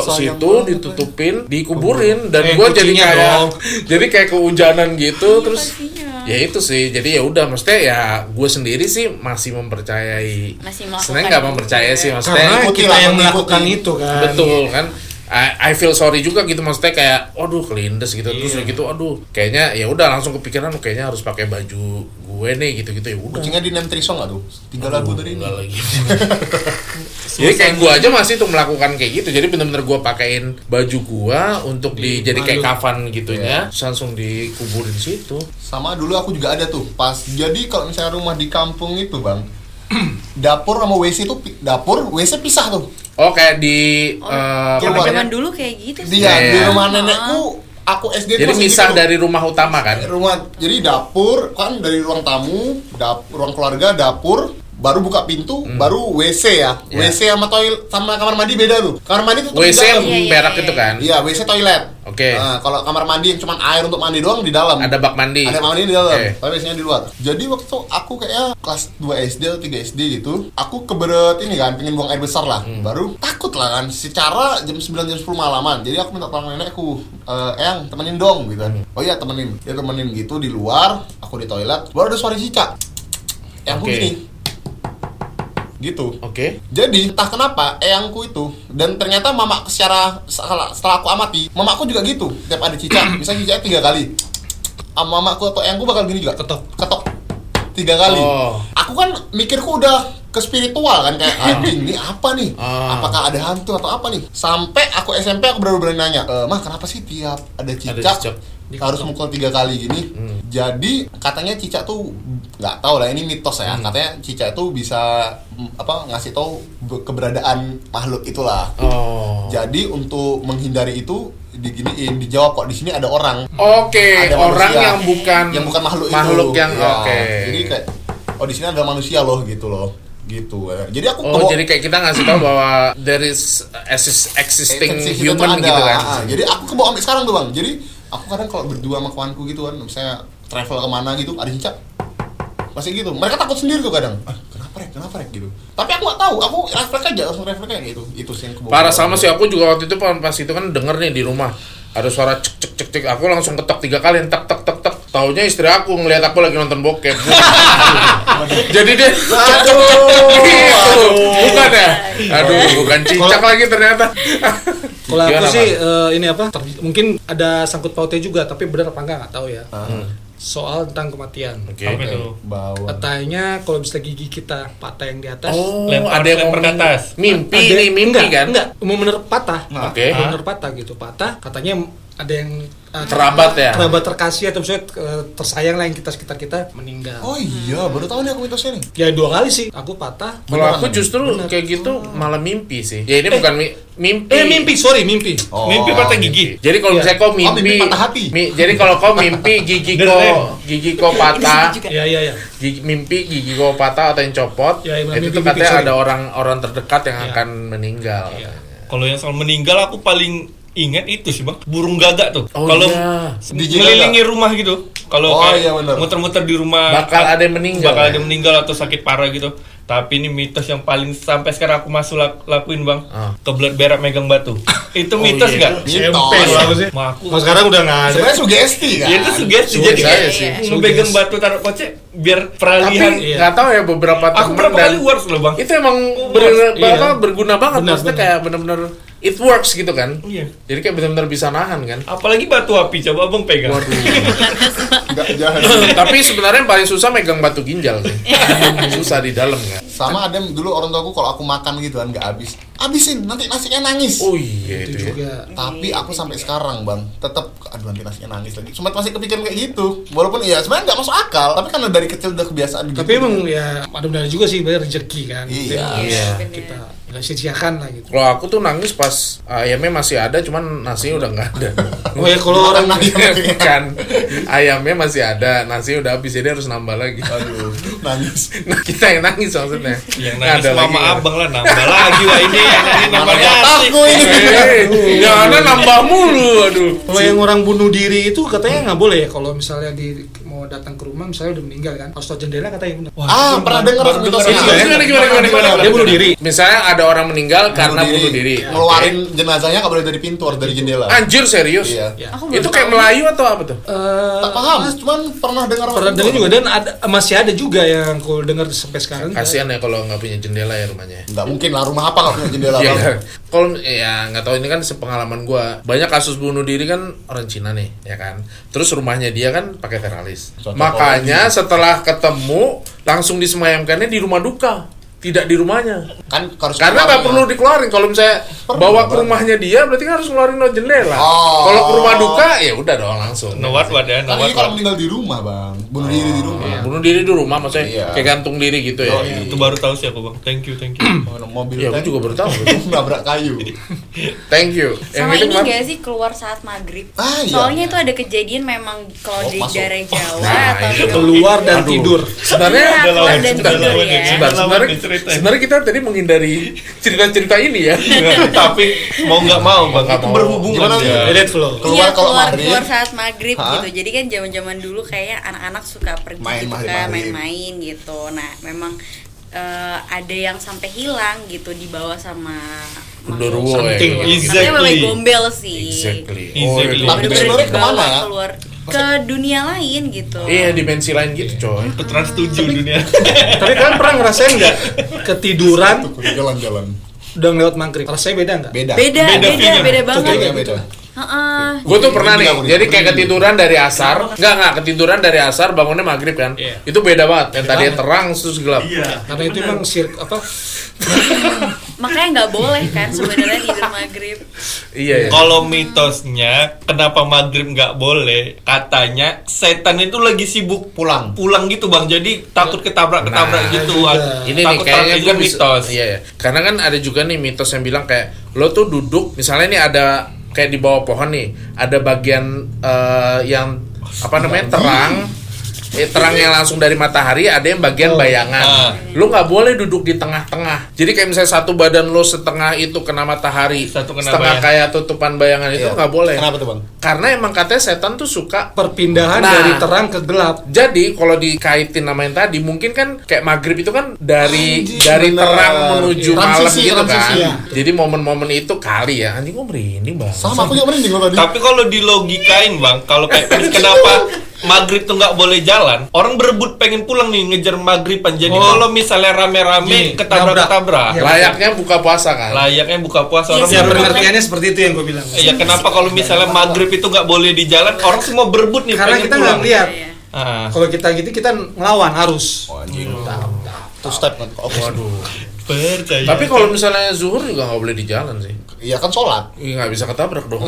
[SPEAKER 1] Ya, sayang
[SPEAKER 2] situ
[SPEAKER 1] banget,
[SPEAKER 2] ditutupin dikuburin dan
[SPEAKER 4] Eh,
[SPEAKER 2] gue jadi
[SPEAKER 4] kucingnya
[SPEAKER 2] kayak
[SPEAKER 4] dong.
[SPEAKER 2] jadi kayak kehujanan gitu terus
[SPEAKER 5] pastinya.
[SPEAKER 2] ya itu sih jadi ya udah maksudnya ya gue sendiri sih masih mempercayai
[SPEAKER 5] Masih melakukan
[SPEAKER 2] sebenarnya nggak
[SPEAKER 5] itu
[SPEAKER 2] mempercaya
[SPEAKER 5] juga.
[SPEAKER 2] sih maksudnya
[SPEAKER 4] Karena
[SPEAKER 1] Ikuti
[SPEAKER 4] kita
[SPEAKER 1] lah,
[SPEAKER 4] yang
[SPEAKER 1] mengikuti.
[SPEAKER 4] melakukan itu kan.
[SPEAKER 2] betul kan I, I feel sorry juga gitu maksudnya kayak waduh kelindes gitu terus
[SPEAKER 1] Iya.
[SPEAKER 2] udah gitu aduh kayaknya ya udah langsung kepikiran oh, kayaknya harus pakai baju gue nih gitu-gitu ya udah
[SPEAKER 1] Kucingnya di name Trisong nggak tuh? Tiga lagu tadi ini.
[SPEAKER 2] Enggak lagi. jadi kayak gue aja masih tuh melakukan kayak gitu. Jadi bener-bener gue pakein baju gue untuk di, jadi kayak
[SPEAKER 1] Iya.
[SPEAKER 2] kafan gitunya. Terus langsung dikuburin situ.
[SPEAKER 1] Sama dulu aku juga ada tuh pas. Jadi kalau misalnya rumah di kampung itu bang, dapur sama WC itu pi- dapur WC pisah tuh.
[SPEAKER 2] Oh kayak di
[SPEAKER 5] Oh,
[SPEAKER 2] eh, apa
[SPEAKER 1] keluar.
[SPEAKER 2] namanya?
[SPEAKER 5] zaman dulu kayak gitu sih.
[SPEAKER 1] Dia di
[SPEAKER 2] Iya.
[SPEAKER 1] rumah nenekku, aku SD
[SPEAKER 2] Jadi
[SPEAKER 1] tuh masih
[SPEAKER 2] misah
[SPEAKER 1] gitu.
[SPEAKER 2] dari rumah utama kan.
[SPEAKER 1] rumah jadi dapur kan dari ruang tamu dap- ruang keluarga dapur baru buka pintu baru WC ya
[SPEAKER 2] Hmm. Iya.
[SPEAKER 1] WC sama toilet sama kamar mandi beda tuh kamar mandi tuh
[SPEAKER 2] WC yang
[SPEAKER 5] Iya, iya,
[SPEAKER 2] berak
[SPEAKER 5] iya.
[SPEAKER 2] itu kan.
[SPEAKER 1] iya WC toilet
[SPEAKER 2] Oke.
[SPEAKER 1] Nah, kalau kamar mandi yang cuma air untuk mandi doang di dalam
[SPEAKER 2] Ada bak mandi.
[SPEAKER 1] ada kamar mandi di dalam
[SPEAKER 2] Oke.
[SPEAKER 1] tapi biasanya di luar jadi waktu itu aku kayaknya kelas 2 SD atau 3 SD gitu aku keberet ini kan pengen buang air besar lah
[SPEAKER 2] Hmm.
[SPEAKER 1] baru takut lah kan secara jam 9 jam 10 malaman jadi aku minta tolong nenekku eh Eyang temenin dong gitu kan
[SPEAKER 2] Hmm.
[SPEAKER 1] oh iya temenin dia temenin gitu di luar aku di toilet baru ada suara cicak yang aku
[SPEAKER 2] Oke.
[SPEAKER 1] gini gitu
[SPEAKER 2] Oke.
[SPEAKER 1] jadi entah kenapa eyangku itu dan ternyata mama secara setelah, setelah aku amati, mamaku juga gitu. Tiap ada cicak, misalnya cicak tiga kali. Sama mamaku atau eyangku bakal gini juga.
[SPEAKER 4] Ketok.
[SPEAKER 1] Ketok tiga kali.
[SPEAKER 2] Oh.
[SPEAKER 1] Aku kan mikirku udah ke spiritual kan kayak anjing ini apa nih?
[SPEAKER 2] Ah.
[SPEAKER 1] Apakah ada hantu atau apa nih? Sampai aku SMP aku baru berani nanya, "Eh, "Mah, kenapa sih tiap ada cicak,
[SPEAKER 2] cicak.
[SPEAKER 1] harus mukul tiga kali gini?"
[SPEAKER 2] Hmm.
[SPEAKER 1] Jadi katanya cicak tuh nggak tahu lah ini mitos
[SPEAKER 2] Hmm.
[SPEAKER 1] ya. Katanya cicak itu bisa mm, apa ngasih tahu be- keberadaan makhluk itulah.
[SPEAKER 2] Oh.
[SPEAKER 1] Jadi untuk menghindari itu diginiin dijawab kok di sini ada orang
[SPEAKER 2] Oke,
[SPEAKER 1] Ada
[SPEAKER 2] Eh, orang
[SPEAKER 1] manusia.
[SPEAKER 2] yang bukan
[SPEAKER 1] yang bukan makhluk,
[SPEAKER 2] makhluk
[SPEAKER 1] itu.
[SPEAKER 2] yang
[SPEAKER 1] Ya,
[SPEAKER 2] oke.
[SPEAKER 1] Jadi kayak oh di sini ada manusia loh gitu loh. Gitu. eh. Jadi aku
[SPEAKER 2] Oh,
[SPEAKER 1] kebawa-
[SPEAKER 2] jadi kayak kita ngasih tahu bahwa there is exis- existing
[SPEAKER 1] Esensi kita tuh
[SPEAKER 2] human
[SPEAKER 1] ada.
[SPEAKER 2] gitu kan.
[SPEAKER 1] Ah, jadi aku kebawa ambil sekarang tuh bang. Jadi aku kadang kalau berdua sama kawanku gitu kan, misalnya travel kemana gitu, ada cicak. Masih gitu. Mereka takut sendiri tuh kadang. Ah, kenapa rek? Kenapa rek gitu. Tapi aku nggak tahu. Aku refleks aja langsung refleks kayak gitu. Itu sih yang kebawa.
[SPEAKER 2] Parah sama sih aku juga waktu itu pas pas itu kan denger nih di rumah ada suara cek cek cek cek aku langsung ketok tiga kali tek tek tek tek taunya istri aku ngelihat aku lagi nonton bokep jadi dia cek cek cek cek gitu bukan ya
[SPEAKER 4] Iya.
[SPEAKER 2] aduh bukan cicak lagi ternyata
[SPEAKER 4] Kalau aku
[SPEAKER 2] Gimana,
[SPEAKER 4] sih
[SPEAKER 2] Pak?
[SPEAKER 4] eh, ini apa? ter- mungkin ada sangkut pautnya juga, tapi benar apa enggak nggak tahu ya. Soal tentang kematian.
[SPEAKER 2] Ah. oke
[SPEAKER 3] Apa itu?
[SPEAKER 1] Bawah.
[SPEAKER 4] Katanya kalau misalnya gigi kita patah yang di atas.
[SPEAKER 2] oh
[SPEAKER 3] Lempar-
[SPEAKER 2] ada yang
[SPEAKER 3] lempar ke
[SPEAKER 2] ngomong
[SPEAKER 3] atas.
[SPEAKER 2] mimpi
[SPEAKER 4] ada-
[SPEAKER 2] nih mimpi
[SPEAKER 4] enggak,
[SPEAKER 2] kan
[SPEAKER 4] Enggak, mau bener patah.
[SPEAKER 1] Nah.
[SPEAKER 2] oke
[SPEAKER 4] Mau bener patah gitu, patah. Katanya ada yang eh,
[SPEAKER 2] Kerabat ya?
[SPEAKER 4] Kerabat terkasih atau misalnya eh, tersayang lah yang kita sekitar kita meninggal.
[SPEAKER 1] Oh iya, baru tahu nih aku mitosnya nih.
[SPEAKER 4] Ya dua kali sih, aku patah.
[SPEAKER 2] kalau aku
[SPEAKER 1] Beneran.
[SPEAKER 2] justru kayak gitu malah mimpi sih ya ini bukan mi- mimpi
[SPEAKER 4] Eh mimpi, sorry mimpi.
[SPEAKER 1] Oh.
[SPEAKER 3] Mimpi patah gigi.
[SPEAKER 2] Jadi kalau
[SPEAKER 4] Iya.
[SPEAKER 2] misalnya kau mimpi,
[SPEAKER 1] mimpi patah hati.
[SPEAKER 2] mi- jadi kalau kau mimpi gigi
[SPEAKER 3] eh.
[SPEAKER 2] kau gigi kau patah,
[SPEAKER 4] Iya iya iya.
[SPEAKER 2] gigi, mimpi gigi kau patah atau yang copot,
[SPEAKER 4] Ya, iya,
[SPEAKER 2] itu
[SPEAKER 4] mimpi-
[SPEAKER 2] tuh katanya
[SPEAKER 4] mimpi, sorry.
[SPEAKER 2] ada orang orang terdekat yang
[SPEAKER 4] Iya.
[SPEAKER 2] akan meninggal.
[SPEAKER 4] Iya.
[SPEAKER 3] Kalau yang soal meninggal aku paling ingat itu sih bang burung gagak tuh
[SPEAKER 2] Oh,
[SPEAKER 3] kalau
[SPEAKER 2] iya.
[SPEAKER 1] Biji
[SPEAKER 3] ngelilingi rumah gitu
[SPEAKER 1] Oh,
[SPEAKER 3] kalau kayak
[SPEAKER 1] iya, bener.
[SPEAKER 3] muter-muter di rumah
[SPEAKER 2] Bakal ada yang meninggal,
[SPEAKER 3] bakal ada
[SPEAKER 2] ya?
[SPEAKER 3] yang meninggal atau sakit parah gitu tapi ini mitos yang paling sampai sekarang aku masuk lak- lakuin bang
[SPEAKER 2] Ah.
[SPEAKER 3] kebelet berak megang batu itu mitos
[SPEAKER 2] iya.
[SPEAKER 3] nggak
[SPEAKER 4] SMP
[SPEAKER 1] Mitos.
[SPEAKER 4] kalau aku sih.
[SPEAKER 3] Wah, aku
[SPEAKER 4] Kalau sekarang udah nggak ada.
[SPEAKER 1] Sebenarnya sugesti kan.
[SPEAKER 3] Ya itu sugesti
[SPEAKER 2] Sugesti
[SPEAKER 3] jadi kayak
[SPEAKER 2] aja
[SPEAKER 5] sih.
[SPEAKER 3] ngepegang
[SPEAKER 4] Sugesti.
[SPEAKER 3] batu taruh kocek biar
[SPEAKER 2] Tapi
[SPEAKER 3] peralihan
[SPEAKER 4] Iya.
[SPEAKER 2] nggak tahu ya beberapa
[SPEAKER 3] aku
[SPEAKER 2] teman
[SPEAKER 3] berapa
[SPEAKER 2] dan
[SPEAKER 3] kali words loh bang
[SPEAKER 2] itu emang ber,
[SPEAKER 4] iya.
[SPEAKER 2] apa, berguna banget
[SPEAKER 4] Benar,
[SPEAKER 2] maksudnya
[SPEAKER 4] benar.
[SPEAKER 2] kayak benar-benar it works gitu kan.
[SPEAKER 3] Iya.
[SPEAKER 2] Jadi kayak benar-benar bisa nahan kan.
[SPEAKER 3] apalagi batu api coba abang pegang
[SPEAKER 1] Nggak jahat.
[SPEAKER 2] Tapi sebenarnya yang paling susah megang batu ginjal sih. susah di dalam kan.
[SPEAKER 1] Sama ada dulu orang tuaku kalau aku makan gitu kan nggak habis. Habisin nanti nasinya nangis.
[SPEAKER 2] Oh iya itu.
[SPEAKER 4] Itu
[SPEAKER 2] ya.
[SPEAKER 4] juga.
[SPEAKER 1] tapi
[SPEAKER 5] Iya,
[SPEAKER 1] aku sampai sekarang bang tetap aduh nanti nasinya nangis lagi cuma masih kepikiran kayak gitu walaupun ya sebenarnya nggak masuk akal tapi karena dari kecil udah kebiasaan gitu
[SPEAKER 4] Tapi emang ya ada benar juga sih, bener rezeki kan.
[SPEAKER 1] Iya.
[SPEAKER 4] Itu
[SPEAKER 2] Iya.
[SPEAKER 4] yang Kita nggak sia-siakan lah gitu.
[SPEAKER 2] Kalau aku tuh nangis pas ayamnya masih ada, cuman nasinya udah nggak ada.
[SPEAKER 4] Oh ya kalau orang
[SPEAKER 1] nangis
[SPEAKER 3] Iya,
[SPEAKER 2] kan ayamnya masih ada, nasi udah habis jadi harus nambah lagi.
[SPEAKER 1] aduh nangis
[SPEAKER 2] Nah, kita yang nangis maksudnya.
[SPEAKER 3] yang
[SPEAKER 2] Nggak
[SPEAKER 3] nangis mama
[SPEAKER 2] ya.
[SPEAKER 3] abang lah nambah lagi wah ini ini nambah
[SPEAKER 1] Mana
[SPEAKER 3] nasi
[SPEAKER 1] otakku ini
[SPEAKER 2] Eh, jangan nambah mulu, aduh.
[SPEAKER 4] Kalau yang orang bunuh diri itu katanya nggak boleh ya kalau misalnya di mau datang ke rumah misalnya udah meninggal kan, harus tutup jendela katanya bener.
[SPEAKER 1] ah pernah dengar
[SPEAKER 3] baru
[SPEAKER 1] aku mitosnya
[SPEAKER 2] Iya.
[SPEAKER 3] dengar
[SPEAKER 2] Gimana, gimana, gimana, gimana, gimana?
[SPEAKER 4] Dia bunuh diri.
[SPEAKER 2] Misalnya ada orang meninggal karena bunuh diri.
[SPEAKER 1] ngeluarin jenazahnya nggak boleh dari pintu harus dari jendela
[SPEAKER 2] Oke. Anjir serius.
[SPEAKER 1] iya
[SPEAKER 4] Ya.
[SPEAKER 5] Aku baru
[SPEAKER 2] Itu kayak
[SPEAKER 5] tahu.
[SPEAKER 2] Melayu atau apa tuh?
[SPEAKER 4] Eh,
[SPEAKER 1] tak paham
[SPEAKER 5] Iya.
[SPEAKER 1] cuman pernah dengar
[SPEAKER 4] pernah dengar juga dan ada, masih ada juga yang aku dengar sampai sekarang.
[SPEAKER 2] Kasihan ya kalau nggak punya jendela ya rumahnya.
[SPEAKER 1] nggak mungkin lah rumah apa nggak punya jendela
[SPEAKER 2] Iya.
[SPEAKER 1] Bang?
[SPEAKER 2] kan? Kalau ya nggak tahu ini kan sepengalaman gua. Banyak kasus bunuh diri kan orang Cina nih, ya kan. Terus rumahnya dia kan pakai teralis.
[SPEAKER 1] Cocok
[SPEAKER 2] Makanya setelah ketemu langsung disemayamkannya di rumah duka, tidak di rumahnya.
[SPEAKER 1] kan harus
[SPEAKER 2] Karena nggak
[SPEAKER 1] keluar,
[SPEAKER 2] perlu
[SPEAKER 1] ya.
[SPEAKER 2] dikeluarin. Kalau misalnya
[SPEAKER 1] Perlu,
[SPEAKER 2] bawa ke
[SPEAKER 1] Bang.
[SPEAKER 2] rumahnya dia, berarti kan harus ngeluarin lewat jendela.
[SPEAKER 1] Oh.
[SPEAKER 2] Kalau ke rumah duka ya udah dong langsung.
[SPEAKER 3] Nowat wadah,
[SPEAKER 1] kan
[SPEAKER 3] nowat
[SPEAKER 1] ini kalau meninggal di rumah bang bunuh diri di rumah
[SPEAKER 3] Iya.
[SPEAKER 2] Bunuh diri di rumah maksudnya
[SPEAKER 1] Iya.
[SPEAKER 2] kayak gantung diri gitu ya.
[SPEAKER 1] Oh, iya.
[SPEAKER 3] Itu baru tahu sih aku bang. Thank you, thank you.
[SPEAKER 1] Oh, mobil
[SPEAKER 2] Iya, gua
[SPEAKER 1] tank.
[SPEAKER 2] juga baru tahu.
[SPEAKER 1] nabrak kayu
[SPEAKER 2] Thank you.
[SPEAKER 5] Sama
[SPEAKER 2] itu
[SPEAKER 5] ini
[SPEAKER 2] kemarin-
[SPEAKER 5] gak sih keluar saat maghrib?
[SPEAKER 1] gitu kan? Ah, iya.
[SPEAKER 5] Soalnya itu ada kejadian memang kalau
[SPEAKER 1] Oh,
[SPEAKER 5] di
[SPEAKER 1] masuk. iya,
[SPEAKER 5] daerah Jawa
[SPEAKER 2] Nah,
[SPEAKER 5] atau gitu.
[SPEAKER 2] itu
[SPEAKER 5] di-
[SPEAKER 4] Keluar dan
[SPEAKER 2] Aduh.
[SPEAKER 4] tidur.
[SPEAKER 2] sebenarnya
[SPEAKER 5] Iya,
[SPEAKER 3] Udah lawan,
[SPEAKER 5] keluar dan
[SPEAKER 3] udah
[SPEAKER 5] tidur
[SPEAKER 3] lawan
[SPEAKER 5] ya.
[SPEAKER 3] ini.
[SPEAKER 2] Sebentar,
[SPEAKER 3] Lawan
[SPEAKER 2] sebenarnya,
[SPEAKER 3] diceritain. Iya.
[SPEAKER 2] sebenarnya kita tadi menghindari cerita-cerita ini ya.
[SPEAKER 3] Tapi mau nggak mau bang,
[SPEAKER 2] Nggak
[SPEAKER 3] itu
[SPEAKER 2] mau.
[SPEAKER 3] berhubungan.
[SPEAKER 1] Gimana
[SPEAKER 3] ya.
[SPEAKER 1] sih?
[SPEAKER 4] Let it flow.
[SPEAKER 1] Keluar
[SPEAKER 5] Iya,
[SPEAKER 1] kalau
[SPEAKER 5] keluar,
[SPEAKER 1] maghrib.
[SPEAKER 5] keluar saat maghrib
[SPEAKER 1] Hah?
[SPEAKER 5] gitu. Jadi kan zaman-zaman dulu kayaknya anak-anak suka pergi
[SPEAKER 1] Main
[SPEAKER 5] gitu
[SPEAKER 1] maghrib,
[SPEAKER 5] kan,
[SPEAKER 1] maghrib.
[SPEAKER 5] main-main gitu. Nah, memang eh, ada yang sampai hilang gitu dibawa sama
[SPEAKER 2] Genderuwo
[SPEAKER 5] makhluk
[SPEAKER 2] ya.
[SPEAKER 5] something.
[SPEAKER 3] Exactly.
[SPEAKER 5] Tapi memang gombel sih.
[SPEAKER 2] Oh, iya.
[SPEAKER 3] Exactly.
[SPEAKER 1] Tapi
[SPEAKER 5] Bener-bener
[SPEAKER 1] sebenarnya
[SPEAKER 5] dibawa
[SPEAKER 1] kemana ya?
[SPEAKER 5] Keluar ke dunia lain gitu.
[SPEAKER 2] Iya, dimensi lain gitu, coy.
[SPEAKER 3] Trans tujuh dunia.
[SPEAKER 4] Tapi kalian pernah ngerasain nggak ketiduran
[SPEAKER 1] Tuh, jalan-jalan
[SPEAKER 4] udah lewat maghrib? Rasanya beda nggak?
[SPEAKER 1] beda
[SPEAKER 5] Beda, beda, beda,
[SPEAKER 3] feelnya.
[SPEAKER 5] banget.
[SPEAKER 1] Beda, beda.
[SPEAKER 5] Heeh.
[SPEAKER 2] Gue tuh pernah
[SPEAKER 1] Ini
[SPEAKER 2] nih,
[SPEAKER 1] juga gua
[SPEAKER 2] jadi
[SPEAKER 1] di-
[SPEAKER 2] kayak ketiduran dari asar, enggak enggak ketiduran dari asar bangunnya maghrib kan,
[SPEAKER 4] Iya.
[SPEAKER 2] itu beda banget. Yang tadi terang terus gelap.
[SPEAKER 3] Iya.
[SPEAKER 4] Karena itu emang sir apa
[SPEAKER 5] Makanya nggak boleh kan sebenarnya tidur maghrib.
[SPEAKER 2] Iya. iya.
[SPEAKER 3] Kalau mitosnya kenapa maghrib nggak boleh? Katanya setan itu lagi sibuk
[SPEAKER 1] Pulang.
[SPEAKER 3] pulang gitu bang. Jadi takut ketabrak ketabrak
[SPEAKER 2] Nah,
[SPEAKER 3] gitu.
[SPEAKER 4] juga.
[SPEAKER 2] ini nih
[SPEAKER 3] takut
[SPEAKER 2] kayaknya
[SPEAKER 3] terlanjur
[SPEAKER 2] gue bisa
[SPEAKER 3] mitos.
[SPEAKER 2] iya ya karena kan ada juga nih mitos yang bilang kayak lo tuh duduk misalnya nih ada kayak di bawah pohon nih ada bagian eh, yang apa namanya terang eh, terangnya langsung dari matahari ada yang bagian
[SPEAKER 1] Oh.
[SPEAKER 3] ah.
[SPEAKER 2] bayangan lo nggak boleh duduk di tengah-tengah jadi kayak misalnya satu badan lo setengah itu kena matahari
[SPEAKER 3] Satu kena
[SPEAKER 2] setengah
[SPEAKER 3] bayangan.
[SPEAKER 2] kayak tutupan bayangan itu
[SPEAKER 1] Iya.
[SPEAKER 2] nggak boleh
[SPEAKER 1] kenapa tuh bang
[SPEAKER 2] karena emang katanya setan tuh suka
[SPEAKER 4] perpindahan
[SPEAKER 2] Nah.
[SPEAKER 4] dari terang ke gelap?
[SPEAKER 2] jadi kalau dikaitin sama yang tadi mungkin kan kayak maghrib itu kan dari
[SPEAKER 1] Anjing,
[SPEAKER 2] dari
[SPEAKER 1] bener. Iya.
[SPEAKER 2] terang menuju
[SPEAKER 1] Transisi,
[SPEAKER 2] malam gitu kan.
[SPEAKER 1] transisi, ya.
[SPEAKER 2] Jadi momen-momen itu kali ya anjing gue merinding banget.
[SPEAKER 1] sama aku juga merinding loh tadi
[SPEAKER 3] Tapi kalau dilogikain bang, kalau kayak terus kenapa maghrib tuh nggak boleh jalan? Orang berebut pengen pulang nih ngejar maghriban. Jadi
[SPEAKER 4] Oh.
[SPEAKER 3] kalau misalnya rame-rame
[SPEAKER 4] Iya,
[SPEAKER 3] ketabrak-ketabrak,
[SPEAKER 2] Layaknya buka puasa kan.
[SPEAKER 3] layaknya buka puasa orang
[SPEAKER 5] Iya,
[SPEAKER 4] Ya
[SPEAKER 5] bener.
[SPEAKER 3] berebut.
[SPEAKER 4] pengertiannya seperti itu yang gue bilang.
[SPEAKER 3] Ya kenapa kalau misalnya maghrib itu nggak boleh di jalan, orang semua berebut nih
[SPEAKER 4] Iya. Karena
[SPEAKER 3] pengen
[SPEAKER 4] kita nggak
[SPEAKER 3] pulang.
[SPEAKER 4] lihat.
[SPEAKER 5] Iya.
[SPEAKER 3] Ah,
[SPEAKER 4] Kalau kita gitu kita ngelawan arus.
[SPEAKER 1] oh, anjing two step kan oh,
[SPEAKER 2] Waduh.
[SPEAKER 3] percaya.
[SPEAKER 2] Tapi kalau misalnya zuhur juga nggak boleh di jalan sih.
[SPEAKER 1] iya kan sholat
[SPEAKER 2] Ih, nggak bisa ketabrak dong.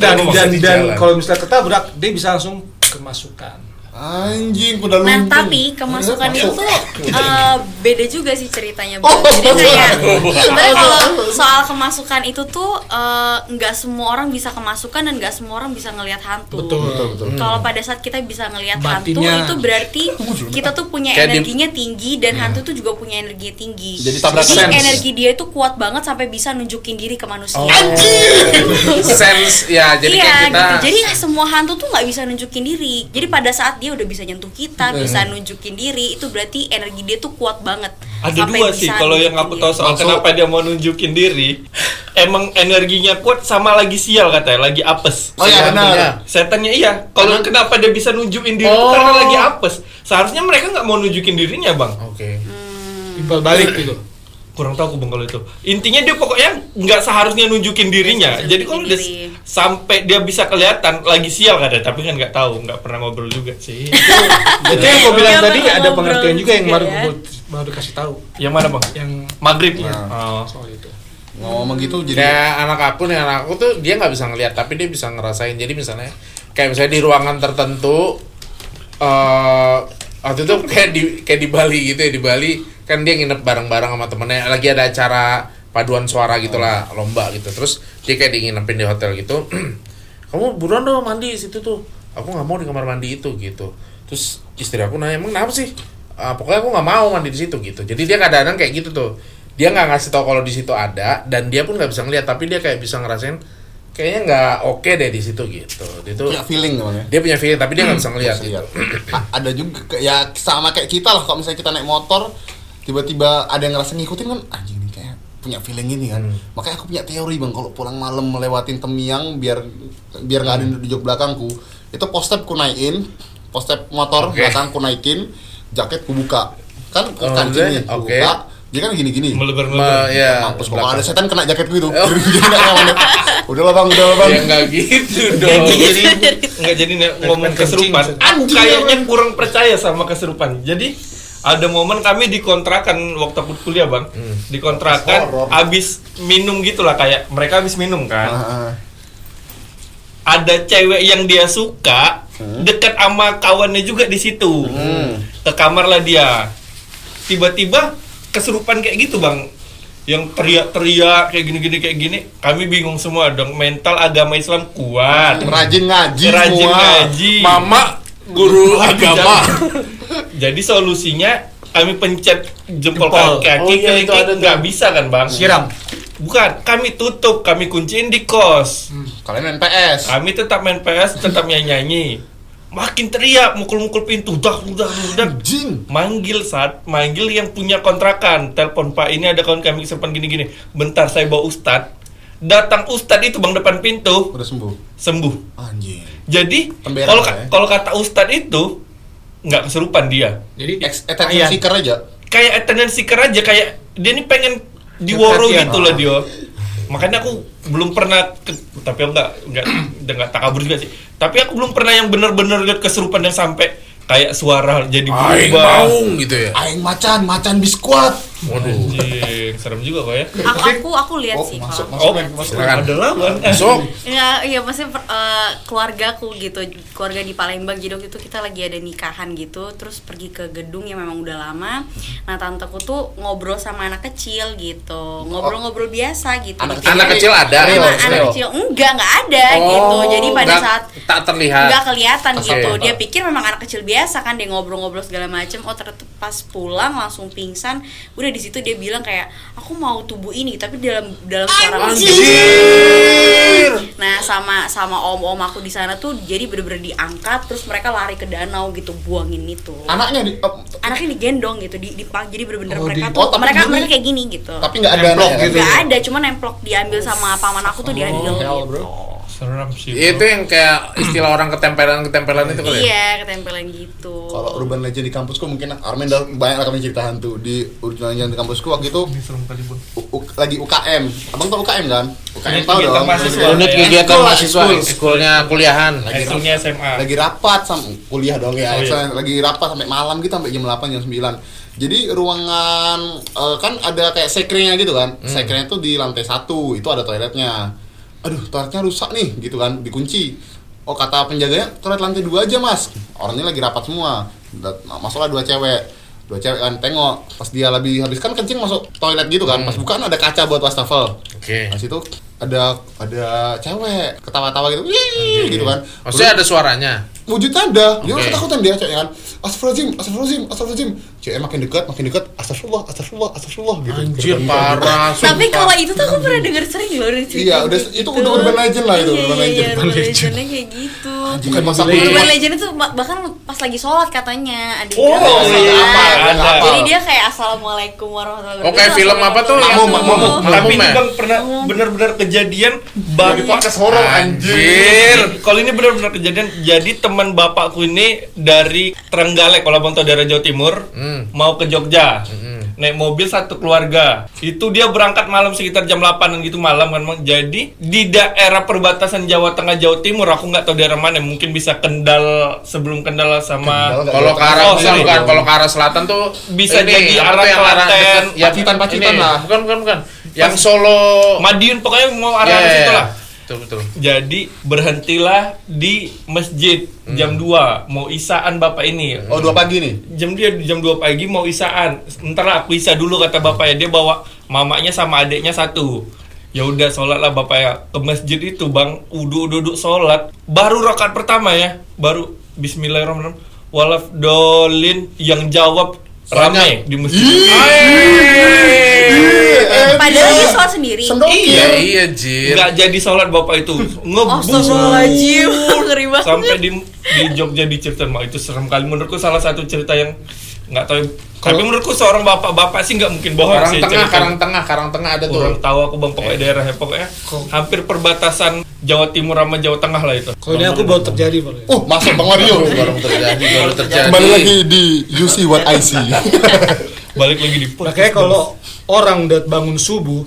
[SPEAKER 4] Dan
[SPEAKER 2] Kalau
[SPEAKER 4] dan
[SPEAKER 2] di
[SPEAKER 4] dan
[SPEAKER 2] jalan.
[SPEAKER 4] kalau misalnya ketabrak dia bisa langsung kemasukan.
[SPEAKER 1] anjing kuda lumping
[SPEAKER 5] Nah, tapi kemasukan itu
[SPEAKER 1] Masuk.
[SPEAKER 5] eh, beda juga sih ceritanya.
[SPEAKER 1] Oh,
[SPEAKER 5] Bang. Jadi kayak
[SPEAKER 1] oh,
[SPEAKER 5] sebenarnya
[SPEAKER 1] oh,
[SPEAKER 5] kalau
[SPEAKER 1] oh.
[SPEAKER 5] soal kemasukan itu tuh eh, nggak semua orang bisa kemasukan dan nggak semua orang bisa ngelihat hantu.
[SPEAKER 4] Betul.
[SPEAKER 5] Kalau pada saat kita bisa ngelihat hantu
[SPEAKER 4] Batinnya.
[SPEAKER 5] itu berarti kita tuh punya
[SPEAKER 2] Kayak di-
[SPEAKER 5] energinya tinggi dan hantu tuh juga punya energi tinggi.
[SPEAKER 1] Jadi tabrakan. Sense.
[SPEAKER 5] energi dia itu kuat banget sampai bisa nunjukin diri ke manusia.
[SPEAKER 2] sense ya jadi
[SPEAKER 5] iya,
[SPEAKER 2] kayak kita
[SPEAKER 5] gitu. Jadi nggak semua hantu tuh nggak bisa nunjukin diri. Jadi pada saat dia udah bisa nyentuh kita, bisa nunjukin diri, itu berarti energi dia tuh kuat banget.
[SPEAKER 3] Ada
[SPEAKER 5] Sampai
[SPEAKER 3] dua
[SPEAKER 5] bisa
[SPEAKER 3] sih kalau yang
[SPEAKER 5] nunjukin
[SPEAKER 3] aku tahu
[SPEAKER 5] diri.
[SPEAKER 3] soal
[SPEAKER 1] Langsung.
[SPEAKER 3] kenapa dia mau nunjukin diri. Emang energinya kuat sama lagi sial katanya, lagi apes.
[SPEAKER 1] oh iya benar
[SPEAKER 3] Setannya iya. Kalau kenapa dia bisa nunjukin diri itu
[SPEAKER 2] Oh.
[SPEAKER 3] karena lagi apes. Seharusnya mereka nggak mau nunjukin dirinya, Bang.
[SPEAKER 2] Oke.
[SPEAKER 4] Imbal
[SPEAKER 5] Hmm.
[SPEAKER 4] balik gitu.
[SPEAKER 3] Kurang tahu aku Bang kalau itu. Intinya dia pokoknya nggak seharusnya nunjukin dirinya.
[SPEAKER 5] Nggak seharusnya
[SPEAKER 3] Jadi kalau dia
[SPEAKER 5] nunjukin diri.
[SPEAKER 3] sampai dia bisa kelihatan lagi sial katanya, tapi kan nggak tahu, nggak pernah ngobrol juga sih.
[SPEAKER 4] Itu yang gue bilang
[SPEAKER 5] Iya,
[SPEAKER 4] tadi
[SPEAKER 5] bener,
[SPEAKER 4] ada
[SPEAKER 5] ngobrol
[SPEAKER 4] pengertian juga yang
[SPEAKER 5] juga
[SPEAKER 4] baru
[SPEAKER 5] ya.
[SPEAKER 4] gue baru dikasih tahu
[SPEAKER 3] yang mana, Bang?
[SPEAKER 4] yang
[SPEAKER 3] Maghrib. Oh.
[SPEAKER 4] soal itu.
[SPEAKER 1] ngomong gitu jadi
[SPEAKER 2] Kayak anak aku nih anak aku tuh dia nggak bisa ngelihat tapi dia bisa ngerasain. Jadi misalnya kayak misalnya di ruangan tertentu eh waktu itu kayak di kayak di Bali gitu ya di Bali kan dia nginep bareng-bareng sama temennya lagi ada acara paduan suara gitulah lomba gitu terus dia kayak di nginepin di hotel gitu kamu buruan dong mandi situ tuh aku nggak mau di kamar mandi itu gitu terus istri aku nanya emang kenapa sih "Ah, pokoknya aku nggak mau mandi di situ gitu jadi dia kadang-kadang kayak gitu tuh dia nggak ngasih tahu kalau di situ ada dan dia pun nggak bisa ngeliat tapi dia kayak bisa ngerasain kayaknya nggak oke deh di situ gitu itu
[SPEAKER 1] punya feeling ya. namanya
[SPEAKER 2] dia punya feeling tapi dia nggak bisa ngeliat gitu.
[SPEAKER 1] Iya. A- ada juga ke- ya sama kayak kita lah kalau misalnya kita naik motor tiba-tiba ada yang ngerasa ngikutin kan anjing ini kayak punya feeling ini kan
[SPEAKER 2] Hmm.
[SPEAKER 1] makanya aku punya teori bang kalau pulang malam melewatin temiang biar biar nggak ada
[SPEAKER 2] Hmm.
[SPEAKER 1] yang duduk belakangku itu postep ku naikin postep motor
[SPEAKER 2] Oke.
[SPEAKER 1] belakang ku naikin jaket ku buka kan
[SPEAKER 2] Oh,
[SPEAKER 1] kancingnya ku
[SPEAKER 2] oke.
[SPEAKER 1] buka dia kan gini-gini
[SPEAKER 2] Me-
[SPEAKER 3] Melebar-melebar.
[SPEAKER 2] ya,
[SPEAKER 1] mampus kalau ada
[SPEAKER 2] belakang.
[SPEAKER 1] setan kena jaket gitu jadi nggak nyaman ya udah lah bang udah lah bang
[SPEAKER 2] ya nggak gitu
[SPEAKER 3] Nggak
[SPEAKER 2] dong
[SPEAKER 3] jadi nggak jadi ne- ngomong keserupan. Aku kayaknya kurang percaya sama keserupan. Jadi ada momen kami dikontrakan waktu aku kuliah bang, dikontrakan
[SPEAKER 1] Horor.
[SPEAKER 3] abis minum gitulah kayak mereka abis minum
[SPEAKER 1] Ah,
[SPEAKER 3] kan.
[SPEAKER 1] ah.
[SPEAKER 3] Ada cewek yang dia suka dekat sama kawannya juga di situ. Ke kamar lah dia. Tiba-tiba keserupan kayak gitu bang yang teriak-teriak kayak gini-gini kayak gini kami bingung semua dong mental agama Islam kuat
[SPEAKER 1] rajin ngaji
[SPEAKER 3] Rajin
[SPEAKER 1] semua
[SPEAKER 3] ngaji.
[SPEAKER 2] mama guru agama
[SPEAKER 3] Jadi solusinya kami pencet
[SPEAKER 2] Jempol.
[SPEAKER 3] jempol, kaki,
[SPEAKER 2] Oh
[SPEAKER 3] kaki
[SPEAKER 2] iya, itu ada
[SPEAKER 3] kelingking
[SPEAKER 2] tuh.
[SPEAKER 3] nggak bisa kan bang?
[SPEAKER 4] Siram.
[SPEAKER 3] Bukan, kami tutup, kami kunciin di kos.
[SPEAKER 2] Hmm.
[SPEAKER 1] kalian main PS
[SPEAKER 3] Kami tetap main PS, tetap nyanyi-nyanyi. Makin teriak, mukul-mukul pintu, dah, udah, udah.
[SPEAKER 1] anjing
[SPEAKER 3] Manggil saat, manggil yang punya kontrakan. Telepon Pak ini ada kawan kami kesepan gini-gini. Bentar saya bawa Ustad. Datang Ustad itu bang depan pintu,
[SPEAKER 1] udah sembuh
[SPEAKER 3] sembuh.
[SPEAKER 1] anjing
[SPEAKER 3] Jadi
[SPEAKER 1] Pembelaan
[SPEAKER 3] kalau
[SPEAKER 1] lah
[SPEAKER 3] ka-
[SPEAKER 1] ya.
[SPEAKER 3] kalau kata Ustad itu nggak keserupan dia.
[SPEAKER 4] Jadi
[SPEAKER 1] Ex attention seeker aja
[SPEAKER 3] kayak attendance seeker aja kayak dia nih pengen diwaro
[SPEAKER 4] Perhatian.
[SPEAKER 3] gitu loh dia makanya aku belum pernah ke- tapi aku nggak nggak udah nggak takabur juga sih tapi aku belum pernah yang bener-bener lihat keserupan yang sampai kayak suara jadi
[SPEAKER 2] aing
[SPEAKER 3] berubah
[SPEAKER 2] maung gitu ya
[SPEAKER 1] aing macan macan biskuat
[SPEAKER 2] waduh
[SPEAKER 3] Anjing, serem juga kok ya
[SPEAKER 5] aku aku aku
[SPEAKER 1] oh
[SPEAKER 5] lihat sih
[SPEAKER 1] masuk
[SPEAKER 5] kalau-
[SPEAKER 1] masuk
[SPEAKER 3] Oh,
[SPEAKER 1] men, masuk
[SPEAKER 2] silakan.
[SPEAKER 3] ada lawan
[SPEAKER 2] so
[SPEAKER 5] Ya, iya maksudnya per- eh, keluargaku gitu, keluarga di Palembang gitu itu kita lagi ada nikahan gitu, terus pergi ke gedung yang memang udah lama. Nah, tanteku tuh ngobrol sama anak kecil gitu, ngobrol-ngobrol biasa gitu.
[SPEAKER 1] Anak
[SPEAKER 5] Jadi-
[SPEAKER 2] anak kecil ada ya,
[SPEAKER 5] Sama
[SPEAKER 1] Leo,
[SPEAKER 5] anak
[SPEAKER 1] Leo.
[SPEAKER 5] kecil enggak enggak ada gitu. Jadi
[SPEAKER 2] Oh,
[SPEAKER 5] pada
[SPEAKER 2] nggak-
[SPEAKER 5] saat
[SPEAKER 2] tak terlihat
[SPEAKER 5] nggak kelihatan
[SPEAKER 2] Iya. Oke.
[SPEAKER 5] gitu dia pikir memang anak kecil biasa kan dia ngobrol-ngobrol segala macem oh ternyata pas pulang langsung pingsan udah di situ dia bilang kayak aku mau tubuh ini tapi dalam dalam suara
[SPEAKER 2] Anjir.
[SPEAKER 5] nah sama sama om-om aku di sana tuh jadi bener-bener diangkat terus mereka lari ke danau gitu buangin itu
[SPEAKER 1] anaknya di eh,
[SPEAKER 5] anaknya digendong gitu di, dipak jadi bener-bener
[SPEAKER 4] Oh,
[SPEAKER 5] mereka
[SPEAKER 4] di-
[SPEAKER 5] tuh
[SPEAKER 1] oh, tapi
[SPEAKER 5] mereka
[SPEAKER 1] jadi-
[SPEAKER 5] mereka kayak gini gitu
[SPEAKER 1] tapi nggak ada
[SPEAKER 4] Nemplok
[SPEAKER 1] anaknya, kan?
[SPEAKER 4] gitu.
[SPEAKER 5] nggak
[SPEAKER 3] ya.
[SPEAKER 5] ada cuma nemplok diambil sama paman aku tuh diambil
[SPEAKER 1] oh, hell,
[SPEAKER 5] gitu.
[SPEAKER 1] bro.
[SPEAKER 3] Oh. serem sih bro.
[SPEAKER 2] itu yang kayak istilah orang ketempelan ketempelan itu kali ya?
[SPEAKER 5] iya ketempelan gitu
[SPEAKER 1] kalau urban legend di kampusku mungkin Armin dah- banyak kami cerita hantu di urban legend di kampusku waktu itu
[SPEAKER 3] Ini serem kali bun
[SPEAKER 1] U- U- lagi UKM abang tau UKM kan UKM
[SPEAKER 3] Unit
[SPEAKER 1] tau
[SPEAKER 3] kegiatan
[SPEAKER 1] dong
[SPEAKER 3] mahasiswa.
[SPEAKER 5] Iya.
[SPEAKER 2] unit
[SPEAKER 3] Sekolah,
[SPEAKER 2] kegiatan
[SPEAKER 1] sekolah,
[SPEAKER 2] mahasiswa
[SPEAKER 1] school.
[SPEAKER 2] sekolnya kuliahan
[SPEAKER 1] Lagi
[SPEAKER 3] Esoknya SMA
[SPEAKER 1] lagi rapat sama kuliah dong ya
[SPEAKER 3] Oh, iya.
[SPEAKER 1] Saya lagi rapat sampai malam gitu sampai jam 8 jam 9 jadi ruangan eh, kan ada kayak sekrenya gitu kan sekrenya tuh di lantai satu itu ada toiletnya aduh toiletnya rusak nih gitu kan dikunci oh kata penjaganya toilet lantai dua aja mas orangnya lagi rapat semua Dat- nah, masuklah dua cewek dua cewek kan tengok pas dia lebih habis kan kencing masuk toilet gitu kan pas bukaan ada kaca buat wastafel
[SPEAKER 2] Oke.
[SPEAKER 1] Pas itu ada ada cewek ketawa-tawa gitu, "Wih," gitu kan.
[SPEAKER 2] maksudnya ada suaranya
[SPEAKER 1] Wujudnya ada, dia
[SPEAKER 2] Oke.
[SPEAKER 1] ketakutan dia cewek kan. Astagfirullahaladzim, astagfirullahaladzim, astagfirullahaladzim. Cewek makin dekat, makin dekat, astagfirullah, astagfirullah, astagfirullah gitu.
[SPEAKER 2] anjir parah
[SPEAKER 5] Tapi
[SPEAKER 2] sumpah.
[SPEAKER 5] kalau itu tuh aku pernah denger sering loh dari cerita
[SPEAKER 1] Iya,
[SPEAKER 5] kayak gitu.
[SPEAKER 1] udah- itu udah urban legend lah itu,
[SPEAKER 5] Iya,
[SPEAKER 1] urban
[SPEAKER 5] iya,
[SPEAKER 1] legend. kan
[SPEAKER 5] iya, urban legendnya kayak gitu.
[SPEAKER 1] Bukan masa
[SPEAKER 2] Bukan
[SPEAKER 5] Urban
[SPEAKER 2] Iya.
[SPEAKER 5] legend itu bah- bahkan pas lagi sholat katanya ada
[SPEAKER 3] Oh,
[SPEAKER 1] iya, ada.
[SPEAKER 5] Jadi dia kayak assalamualaikum warahmatullahi gitu.
[SPEAKER 2] Oke, Oh, film apa tuh yang-
[SPEAKER 5] Makmum,
[SPEAKER 1] Makmum,
[SPEAKER 5] makmum.
[SPEAKER 1] makmum.
[SPEAKER 3] tapi
[SPEAKER 2] Makmum
[SPEAKER 3] ini
[SPEAKER 2] ya?
[SPEAKER 3] bang pernah benar-benar kejadian
[SPEAKER 1] Lagi
[SPEAKER 3] bang
[SPEAKER 1] podcast horor anjir.
[SPEAKER 2] anjir
[SPEAKER 3] Kalau ini benar-benar kejadian, jadi teman bapakku ini dari Trenggalek, kalau abang tahu daerah Jawa Timur,
[SPEAKER 2] Hmm.
[SPEAKER 3] mau ke Jogja, naik mobil satu keluarga. Itu dia berangkat malam sekitar jam 8 gitu malam kan Bang. Jadi di daerah perbatasan Jawa Tengah Jawa Timur, aku nggak tahu daerah mana, mungkin bisa Kendal sebelum Kendal
[SPEAKER 1] Kendal
[SPEAKER 3] sama
[SPEAKER 1] nggak?
[SPEAKER 2] kalau ke arah
[SPEAKER 3] Oh,
[SPEAKER 2] bukan,
[SPEAKER 3] sorry.
[SPEAKER 2] bukan. kalau ke arah selatan tuh
[SPEAKER 3] Bisa jadi
[SPEAKER 2] apa
[SPEAKER 3] arah
[SPEAKER 2] tuh yang
[SPEAKER 3] Klaten,
[SPEAKER 2] deket- ya,
[SPEAKER 1] Pacitan-Pacitan
[SPEAKER 2] ini.
[SPEAKER 1] lah.
[SPEAKER 2] bukan bukan bukan yang Solo
[SPEAKER 1] Oh.
[SPEAKER 3] Madiun pokoknya mau
[SPEAKER 2] Ya,
[SPEAKER 3] arah
[SPEAKER 2] ya,
[SPEAKER 3] situ
[SPEAKER 2] ya.
[SPEAKER 3] lah.
[SPEAKER 2] betul betul
[SPEAKER 3] Jadi berhentilah di masjid
[SPEAKER 1] Mm.
[SPEAKER 3] jam 2 mau isaan bapak ini.
[SPEAKER 1] Oh, dua pagi nih.
[SPEAKER 3] jam dia jam 2 pagi mau isaan ntar lah aku isa dulu kata bapaknya dia bawa mamanya sama adiknya satu ya udah sholat lah bapaknya ke masjid itu bang udu duduk sholat baru rakaat pertama ya baru Bismillahirrahmanirrahim walaf dolin yang jawab ramai di masjid
[SPEAKER 5] Padahal dia sholat sendiri.
[SPEAKER 2] ya
[SPEAKER 1] Sendokir.
[SPEAKER 2] iya jir
[SPEAKER 3] nggak jadi sholat bapak itu
[SPEAKER 5] Oh, Astagfirullahaladzim, ngeri banget.
[SPEAKER 3] sampai di di Jogja diceritain mak itu serem kali menurutku salah satu cerita yang nggak tahu tapi menurutku seorang bapak-bapak sih nggak mungkin bohong
[SPEAKER 2] Karang
[SPEAKER 3] sih
[SPEAKER 2] tengah,
[SPEAKER 3] cerita.
[SPEAKER 2] karang tengah, karang tengah ada tuh.
[SPEAKER 3] kurang tahu aku bang pokoknya daerah ya, pokoknya hampir perbatasan Jawa Timur sama Jawa Tengah lah itu
[SPEAKER 4] Kalau ini aku baru terjadi baru.
[SPEAKER 1] Uh,
[SPEAKER 2] Oh,
[SPEAKER 1] masuk Bang Mario.
[SPEAKER 2] Baru terjadi, baru terjadi.
[SPEAKER 1] Kembali lagi di You See What I See.
[SPEAKER 3] balik lagi di podcast.
[SPEAKER 4] Makanya kalau orang udah bangun subuh,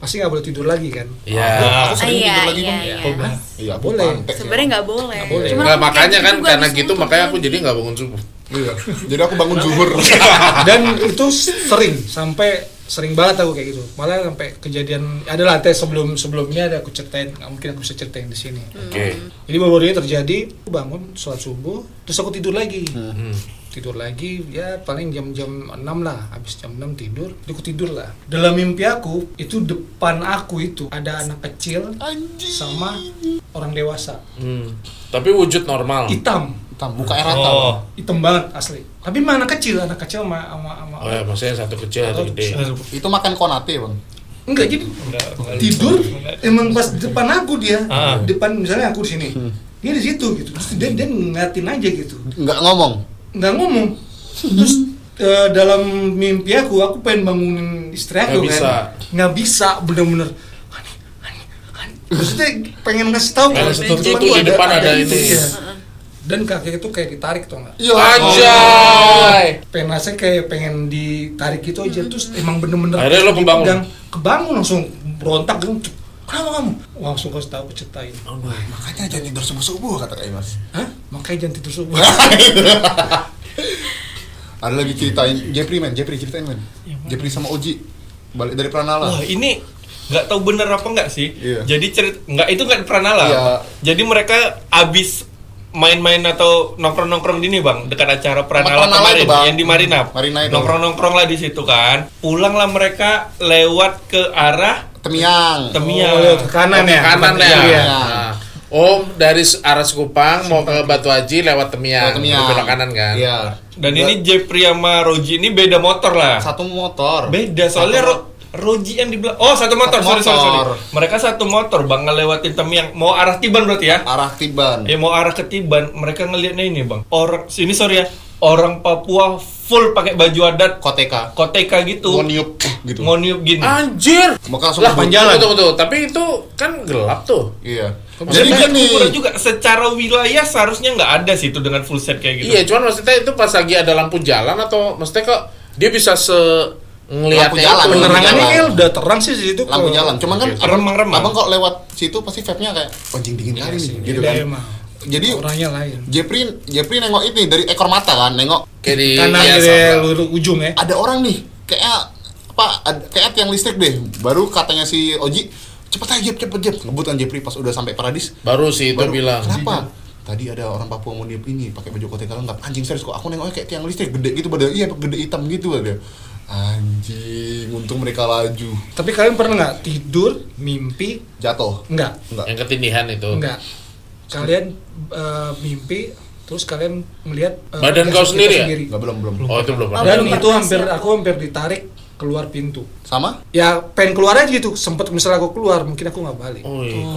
[SPEAKER 4] pasti nggak boleh tidur lagi kan?
[SPEAKER 2] Iya.
[SPEAKER 1] Aku
[SPEAKER 5] Ah,
[SPEAKER 1] sering
[SPEAKER 5] iya
[SPEAKER 1] tidur lagi
[SPEAKER 5] iya
[SPEAKER 1] Bang.
[SPEAKER 5] iya
[SPEAKER 1] Iya, aku
[SPEAKER 4] Boleh.
[SPEAKER 1] pantek ya.
[SPEAKER 5] sebenarnya nggak boleh,
[SPEAKER 4] boleh.
[SPEAKER 2] Nggak,
[SPEAKER 5] Cuma aku kayak
[SPEAKER 2] makanya kan
[SPEAKER 5] juga
[SPEAKER 2] karena
[SPEAKER 5] habis
[SPEAKER 2] gitu
[SPEAKER 5] nonton
[SPEAKER 2] makanya aku
[SPEAKER 5] film.
[SPEAKER 2] jadi nggak bangun subuh.
[SPEAKER 1] Iya. Jadi aku bangun zuhur.
[SPEAKER 4] Dan itu sering sampai sering banget aku kayak gitu. Malah sampai kejadian ada lantai sebelum sebelumnya ada aku ceritain, nggak mungkin aku bisa ceritain di sini.
[SPEAKER 2] Oke.
[SPEAKER 4] Jadi baru ini terjadi, aku bangun sholat subuh, terus aku tidur lagi.
[SPEAKER 2] Hmm.
[SPEAKER 4] Tidur lagi, ya paling jam-jam 6 lah, habis jam 6 tidur, jadi aku tidur lah. Dalam mimpi aku, itu depan aku itu ada anak kecil sama orang dewasa.
[SPEAKER 2] Hmm. Tapi wujud normal.
[SPEAKER 4] Hitam,
[SPEAKER 1] Tam, buka air rata.
[SPEAKER 3] oh
[SPEAKER 4] hitam banget asli. Tapi mana kecil, anak kecil sama sama, sama
[SPEAKER 2] Oh ya, maksudnya satu kecil satu gede.
[SPEAKER 3] aduh,
[SPEAKER 1] Bang. Itu makan konate, Bang.
[SPEAKER 4] Enggak jadi
[SPEAKER 3] nggak- nggak-
[SPEAKER 4] tidur
[SPEAKER 3] nggak-
[SPEAKER 4] emang pas depan aku dia,
[SPEAKER 3] Ah.
[SPEAKER 4] depan misalnya aku di sini. Dia di situ gitu. Terus dia dia ngeliatin aja gitu.
[SPEAKER 1] Enggak ngomong.
[SPEAKER 4] nggak ngomong terus eh, dalam mimpi aku aku pengen bangunin istri
[SPEAKER 2] Nggak
[SPEAKER 4] aku
[SPEAKER 2] bisa.
[SPEAKER 4] kan nggak bisa bener-bener "Hani, hani, hani." maksudnya pengen ngasih tahu
[SPEAKER 2] Pengen
[SPEAKER 4] kalau
[SPEAKER 2] ngasih tahu,
[SPEAKER 4] di
[SPEAKER 2] tuh,
[SPEAKER 4] depan tuh
[SPEAKER 2] di depan ada
[SPEAKER 4] itu,
[SPEAKER 2] ini.
[SPEAKER 4] ya. dan kakek itu kayak ditarik tuh nggak
[SPEAKER 2] Oh,
[SPEAKER 1] Iya.
[SPEAKER 2] Anjay.
[SPEAKER 4] pengen rasanya kayak pengen ditarik gitu aja terus emang bener-bener
[SPEAKER 2] Akhirnya lo kebangun?
[SPEAKER 4] dipegang. kebangun langsung berontak gitu "Cuk, kenapa kamu langsung kasih tahu aku ceritain
[SPEAKER 1] Makanya jangan tidur subuh-subuh kata Kak Imas.
[SPEAKER 4] Hah? makanya jangan tidur subuh
[SPEAKER 1] Ada lagi ceritain Jepri men, Jepri ceritain men. Jepri sama Oji balik dari Pranala.
[SPEAKER 3] Wah iya. ini nggak tahu bener apa nggak sih.
[SPEAKER 1] Iya.
[SPEAKER 3] Jadi cerita nggak itu nggak di Pranala.
[SPEAKER 1] Iya.
[SPEAKER 3] Jadi mereka abis main-main atau nongkrong-nongkrong gini bang dekat acara Pranala
[SPEAKER 1] Pranala
[SPEAKER 3] kemarin
[SPEAKER 1] itu, Bang.
[SPEAKER 3] yang di Marina.
[SPEAKER 1] Marina itu.
[SPEAKER 3] Nongkrong-nongkrong lah di situ kan. Pulanglah mereka lewat ke arah
[SPEAKER 1] Temiang.
[SPEAKER 3] Temia.
[SPEAKER 4] Oh,
[SPEAKER 1] iya.
[SPEAKER 4] ke kanan ya
[SPEAKER 2] Kanan
[SPEAKER 4] Bukan ke
[SPEAKER 2] ya.
[SPEAKER 4] kiri
[SPEAKER 2] Nah. Om dari arah Sekupang mau ke Batu Haji lewat Temiang,
[SPEAKER 1] Temiang.
[SPEAKER 2] belok kanan Iya, kan?
[SPEAKER 1] Iya.
[SPEAKER 3] Dan ini Jepri sama Roji ini beda motor lah.
[SPEAKER 1] satu motor.
[SPEAKER 3] Beda soalnya
[SPEAKER 1] Satu
[SPEAKER 3] Ro- Roji yang di belakang. Oh satu motor,
[SPEAKER 1] Satu
[SPEAKER 3] sorry, sorry sorry
[SPEAKER 1] motor.
[SPEAKER 3] Mereka satu motor bang ngelewatin Temiang mau arah Tiban berarti ya?
[SPEAKER 1] arah Tiban.
[SPEAKER 3] Ya mau arah ketiban, mereka ngelihatnya ini bang. Orang sini sorry ya, orang Papua full pakai baju adat
[SPEAKER 1] Koteka.
[SPEAKER 3] koteka gitu,
[SPEAKER 1] Ngoniup gitu.
[SPEAKER 3] ngoniup gini.
[SPEAKER 2] Ah, Anjir.
[SPEAKER 1] Maka langsung
[SPEAKER 2] Lah,
[SPEAKER 1] ngebut.
[SPEAKER 2] panjalan. Betul, betul. Tapi itu kan gelap tuh.
[SPEAKER 1] Iya. Jadi
[SPEAKER 3] Jadi
[SPEAKER 1] gini.
[SPEAKER 3] juga secara wilayah seharusnya nggak ada sih itu dengan full set kayak gitu.
[SPEAKER 2] Iya, cuman maksudnya itu pas lagi ada lampu jalan atau maksudnya kok dia bisa se ngelihat
[SPEAKER 1] Lampu jalan,
[SPEAKER 4] penerangannya
[SPEAKER 1] Lampu
[SPEAKER 2] gitu.
[SPEAKER 4] kayak
[SPEAKER 1] jalan.
[SPEAKER 4] udah terang sih di situ
[SPEAKER 1] lampu
[SPEAKER 4] kalau-
[SPEAKER 1] jalan. Cuman kan
[SPEAKER 3] Oke.
[SPEAKER 1] abang,
[SPEAKER 3] Remang-remang. Iya
[SPEAKER 1] abang kok lewat situ pasti vape-nya kayak "Oh, anjing dingin kali nih gitu
[SPEAKER 4] Beda
[SPEAKER 1] kan.
[SPEAKER 4] emang.
[SPEAKER 1] Jadi
[SPEAKER 4] orangnya lain
[SPEAKER 1] Jepri Jepri nengok ini dari ekor mata kan, nengok
[SPEAKER 2] kayak di
[SPEAKER 4] kanan
[SPEAKER 2] iya,
[SPEAKER 4] kiri
[SPEAKER 2] sama.
[SPEAKER 4] lurus ujung ya
[SPEAKER 1] ada orang nih kayak apa ad- kayak tiang listrik deh. Baru katanya si Oji cepet aja Jep cepet Jep ngebutan Jepri pas udah sampai paradis
[SPEAKER 2] Baru sih itu
[SPEAKER 1] Baru,
[SPEAKER 2] bilang.
[SPEAKER 1] kenapa tadi ada orang Papua mau niup ini pakai baju koteka lengkap anjing serius kok aku nengoknya kayak tiang listrik gede gitu badan iya gede hitam gitu ada anjing untung mereka laju
[SPEAKER 4] tapi kalian pernah nggak tidur mimpi
[SPEAKER 1] jatuh
[SPEAKER 4] nggak
[SPEAKER 1] enggak
[SPEAKER 2] Yang ketindihan itu.
[SPEAKER 4] nggak kalian eh, mimpi terus kalian melihat eh,
[SPEAKER 2] Badan
[SPEAKER 4] jasad
[SPEAKER 2] kau
[SPEAKER 4] kita
[SPEAKER 2] sendiri ya?
[SPEAKER 1] enggak belum belum
[SPEAKER 2] Oh, itu belum pernah.
[SPEAKER 4] dan
[SPEAKER 5] Belum
[SPEAKER 4] itu
[SPEAKER 5] pernah
[SPEAKER 4] hampir
[SPEAKER 5] sih aku.
[SPEAKER 4] aku hampir ditarik keluar pintu
[SPEAKER 1] sama
[SPEAKER 4] ya pengen keluar aja gitu sempet misalnya aku keluar mungkin aku nggak balik
[SPEAKER 2] Oh, iya.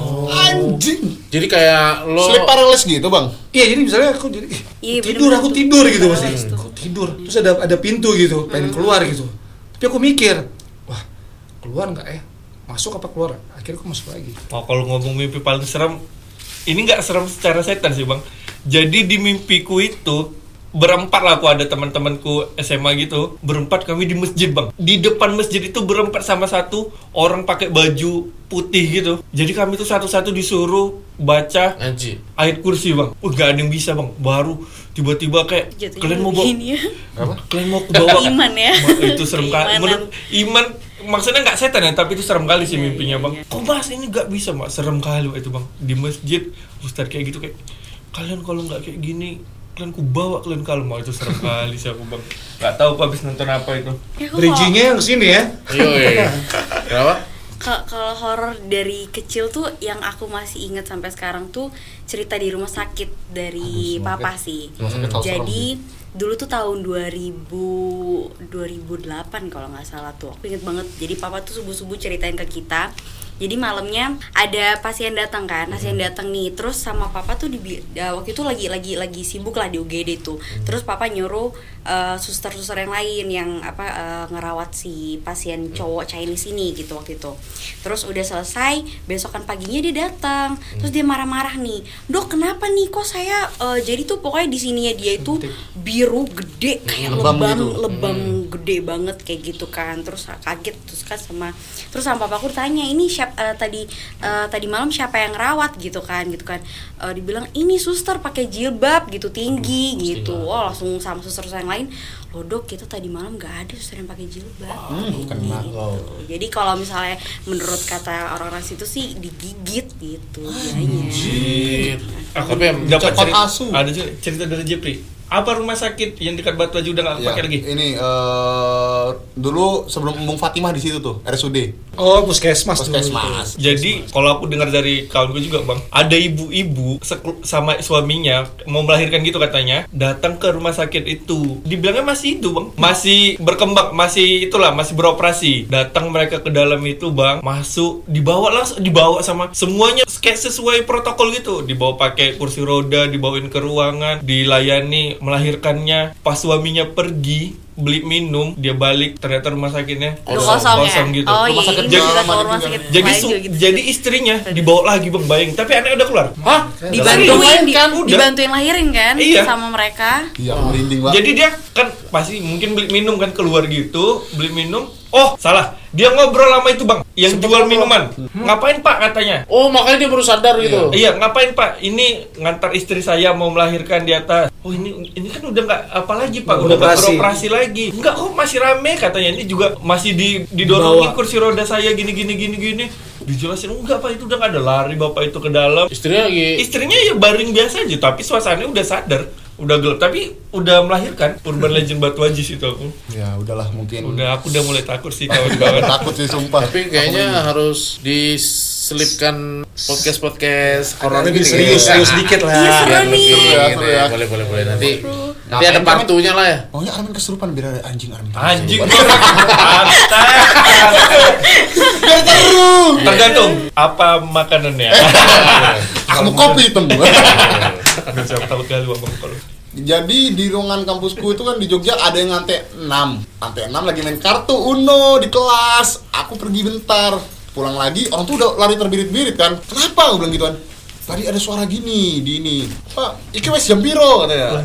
[SPEAKER 1] Anjing.
[SPEAKER 2] Jadi kayak lo
[SPEAKER 1] Sleep paralysis gitu, Bang.
[SPEAKER 4] iya jadi misalnya aku jadi ih,
[SPEAKER 5] Iya,
[SPEAKER 4] tidur
[SPEAKER 5] bener-bener
[SPEAKER 4] aku
[SPEAKER 5] tuh.
[SPEAKER 4] tidur gitu pasti
[SPEAKER 5] Terus tuh. Hmm.
[SPEAKER 4] aku tidur terus ada ada pintu gitu pengen keluar gitu tapi aku mikir wah keluar nggak ya masuk apa keluar akhirnya aku masuk lagi
[SPEAKER 3] Wah, Nah, kalau ngomong mimpi paling serem, ini nggak serem secara setan sih bang. Jadi di mimpiku itu berempat lah aku ada teman-temanku SMA gitu berempat kami di masjid bang di depan masjid itu berempat sama satu orang pakai baju putih gitu jadi kami tuh satu-satu disuruh baca
[SPEAKER 2] Anji.
[SPEAKER 3] ayat kursi bang Wah, nggak ada yang bisa bang baru tiba-tiba kayak
[SPEAKER 5] Jatuhnya
[SPEAKER 3] kalian mau bawa
[SPEAKER 5] begini ya.
[SPEAKER 3] kalian mau ke bawah
[SPEAKER 5] Iman ya.
[SPEAKER 3] Ma- itu serem kali
[SPEAKER 5] Keimanan.
[SPEAKER 3] menurut iman maksudnya nggak setan ya tapi itu serem kali sih mimpinya bang kok mas ini nggak bisa mak serem kali Wak, itu bang di masjid ustadz kayak gitu kayak kalian kalau nggak kayak gini kalian ku bawa kalian kalau mau itu serem kali sih aku bang nggak tahu apa habis nonton apa itu
[SPEAKER 5] Ya, aku kalau-
[SPEAKER 4] bridgingnya yang kesini ya
[SPEAKER 2] Iya, iya. Kenapa?
[SPEAKER 5] Ka- kalau horor dari kecil tuh yang aku masih inget sampai sekarang tuh cerita di rumah sakit dari
[SPEAKER 1] Aduh, rumah
[SPEAKER 5] papa
[SPEAKER 1] sakit.
[SPEAKER 5] sih.
[SPEAKER 1] Rumah sakit tahu
[SPEAKER 5] Jadi dulu tuh tahun 2000 2008 kalau nggak salah tuh. Aku inget banget. Jadi papa tuh subuh-subuh ceritain ke kita jadi malamnya ada pasien datang kan pasien datang nih terus sama papa tuh di waktu itu lagi lagi lagi sibuk lah di UGD tuh terus papa nyuruh eh, suster-suster yang lain yang apa eh, ngerawat si pasien cowok Chinese ini gitu waktu itu terus udah selesai besokan paginya dia datang terus dia marah-marah nih dok kenapa nih kok saya eh, jadi tuh pokoknya di sininya dia itu biru gede kayak
[SPEAKER 1] Lebam
[SPEAKER 5] lebam
[SPEAKER 1] gitu.
[SPEAKER 5] lebam gede banget kayak gitu kan terus kaget terus kan sama terus sama papaku tanya ini siapa eh, tadi eh, tadi malam siapa yang rawat gitu kan gitu kan Eh, dibilang ini suster pakai jilbab gitu tinggi gitu oh langsung sama suster yang lain loh dok kita tadi malam nggak ada suster yang pakai jilbab Gitu.
[SPEAKER 2] kena lo.
[SPEAKER 5] jadi kalau misalnya menurut kata orang-orang situ sih digigit gitu biayanya
[SPEAKER 2] Shit.
[SPEAKER 3] Aku
[SPEAKER 2] Tapi yang
[SPEAKER 3] dapat
[SPEAKER 1] cokot
[SPEAKER 3] cerita,
[SPEAKER 1] asu.
[SPEAKER 3] ada juga cerita dari Jepri. Apa rumah sakit yang dekat Batu Aji udah nggak
[SPEAKER 1] Ya,
[SPEAKER 2] Iya.
[SPEAKER 3] pakai lagi?
[SPEAKER 1] Ini eh, dulu sebelum Embung Fatimah di situ tuh RSUD.
[SPEAKER 4] Oh, puskesmas. dulu.
[SPEAKER 1] Puskesmas.
[SPEAKER 3] Jadi kalau aku dengar dari kawan gue juga bang, ada ibu-ibu sekru- sama suaminya mau melahirkan gitu katanya, datang ke rumah sakit itu, dibilangnya masih itu bang, masih berkembang, masih itulah masih beroperasi. Datang mereka ke dalam itu bang, masuk dibawa langsung dibawa sama semuanya kayak sesuai protokol gitu, dibawa pakai kursi roda, dibawain ke ruangan, dilayani melahirkannya. Pas suaminya pergi beli minum, dia balik ternyata rumah sakitnya
[SPEAKER 5] Lu kosong, ya?
[SPEAKER 3] gitu.
[SPEAKER 5] Oh
[SPEAKER 1] Rumah
[SPEAKER 5] iya,
[SPEAKER 1] sakit
[SPEAKER 5] ini
[SPEAKER 1] jadi-
[SPEAKER 5] juga kalau rumah sakit
[SPEAKER 3] Jadi
[SPEAKER 5] lain
[SPEAKER 3] su-
[SPEAKER 5] juga gitu.
[SPEAKER 3] jadi istrinya dibawa lagi bang bayang, tapi anaknya udah keluar. Hah?
[SPEAKER 5] dibantuin,
[SPEAKER 3] Lahirin
[SPEAKER 5] di-
[SPEAKER 3] kan? Udah.
[SPEAKER 5] dibantuin lahirin kan
[SPEAKER 3] Iya.
[SPEAKER 5] sama mereka.
[SPEAKER 1] Iya, merinding banget.
[SPEAKER 3] Jadi dia kan pasti mungkin beli minum kan keluar gitu, beli minum. Oh salah, dia ngobrol lama itu bang, yang
[SPEAKER 2] Sempet
[SPEAKER 3] jual
[SPEAKER 2] ngobrol.
[SPEAKER 3] minuman. Ngapain pak katanya?
[SPEAKER 2] Oh, makanya dia baru sadar gitu.
[SPEAKER 3] Iya ngapain pak? Ini ngantar istri saya mau melahirkan di atas. Oh ini ini kan udah nggak apa lagi pak? Udah nggak
[SPEAKER 4] Beroperasi.
[SPEAKER 3] beroperasi lagi. Enggak kok masih rame katanya. Ini juga masih di didorongin
[SPEAKER 4] Dibawa.
[SPEAKER 3] kursi roda saya gini gini gini gini. Dijelasin "Oh, enggak pak itu udah nggak ada lari bapak itu ke dalam.
[SPEAKER 2] Istrinya lagi
[SPEAKER 3] istrinya ya baring biasa aja tapi suasananya udah sadar udah gelap tapi udah melahirkan urban legend batu aji situ aku
[SPEAKER 1] Ya udahlah mungkin.
[SPEAKER 3] udah aku udah mulai takut sih
[SPEAKER 1] Gak
[SPEAKER 3] kawan-kawan
[SPEAKER 1] takut sih sumpah.
[SPEAKER 2] tapi kayaknya harus diselipkan podcast-podcast horor
[SPEAKER 4] Lebih
[SPEAKER 2] gitu.
[SPEAKER 4] serius,
[SPEAKER 2] ya.
[SPEAKER 4] serius dikit
[SPEAKER 5] Iya,
[SPEAKER 4] lah.
[SPEAKER 5] seru
[SPEAKER 2] Biar lebih
[SPEAKER 5] nih.
[SPEAKER 2] seru
[SPEAKER 1] Seru ya,
[SPEAKER 2] gitu
[SPEAKER 1] seru
[SPEAKER 2] ya.
[SPEAKER 1] ya.
[SPEAKER 2] Boleh, boleh, boleh. Nanti nanti
[SPEAKER 1] Ngapain
[SPEAKER 2] ada
[SPEAKER 1] kamu?
[SPEAKER 2] partunya lah ya.
[SPEAKER 1] Maunya Oh Armin kesurupan biar ada anjing Armin.
[SPEAKER 3] anjing mantap
[SPEAKER 1] Terus.
[SPEAKER 3] tergantung
[SPEAKER 2] Iya,
[SPEAKER 3] apa makanannya
[SPEAKER 1] Kamu kopi hitam.
[SPEAKER 3] Aduh, saya takut kali Bang, kalau
[SPEAKER 1] Jadi di ruangan kampusku itu kan di Jogja ada yang lantai 6 Lantai 6 lagi main kartu Uno di kelas Aku pergi bentar Pulang lagi, orang tuh udah lari terbirit-birit kan Kenapa? Aku bilang gituan Tadi ada suara gini di ini Pak, iki wes jam piro katanya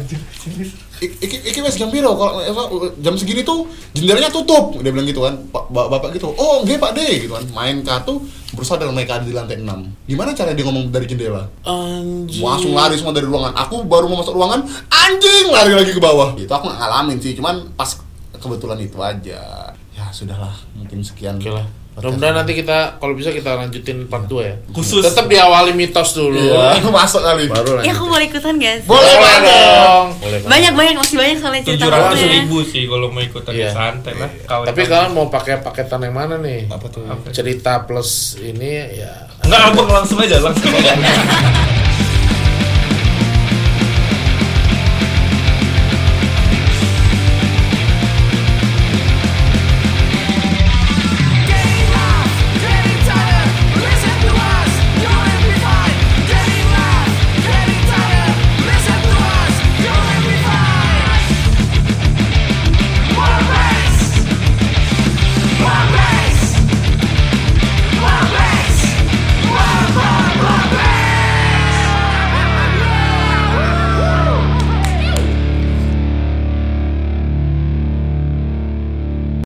[SPEAKER 1] "Ik- Iki, iki wes jam piro kalau apa, jam segini tuh jendelanya tutup dia bilang gitu kan pak ba- bapak gitu oh nggih pak deh gitu kan main kartu bersadar mereka ada di lantai 6 gimana cara dia ngomong dari jendela
[SPEAKER 2] Anjing.
[SPEAKER 1] langsung lari semua dari ruangan aku baru mau masuk ruangan anjing lari lagi ke bawah itu aku nggak ngalamin sih cuman pas kebetulan itu aja ya sudahlah mungkin sekian
[SPEAKER 2] Oke lah. Mudah-mudahan nanti kita kalau bisa kita lanjutin part 2 ya.
[SPEAKER 3] Khusus.
[SPEAKER 2] tetap diawali mitos dulu.
[SPEAKER 1] Iya, masuk kali
[SPEAKER 2] Baru
[SPEAKER 5] Ya
[SPEAKER 2] lanjut.
[SPEAKER 5] aku boleh ikutan gak sih?
[SPEAKER 1] Boleh.
[SPEAKER 2] dong. Boleh Bang.
[SPEAKER 5] Banyak banyak masih banyak soalnya cerita ya.
[SPEAKER 3] tujuh ratus
[SPEAKER 5] horornya.
[SPEAKER 3] ribu sih kalau mau ikutan
[SPEAKER 2] Iya.
[SPEAKER 3] santai lah kawan
[SPEAKER 2] Tapi kalian mau pakai paketan yang mana nih?
[SPEAKER 1] apa tuh
[SPEAKER 2] Cerita plus ini ya.
[SPEAKER 3] nggak abang langsung aja langsung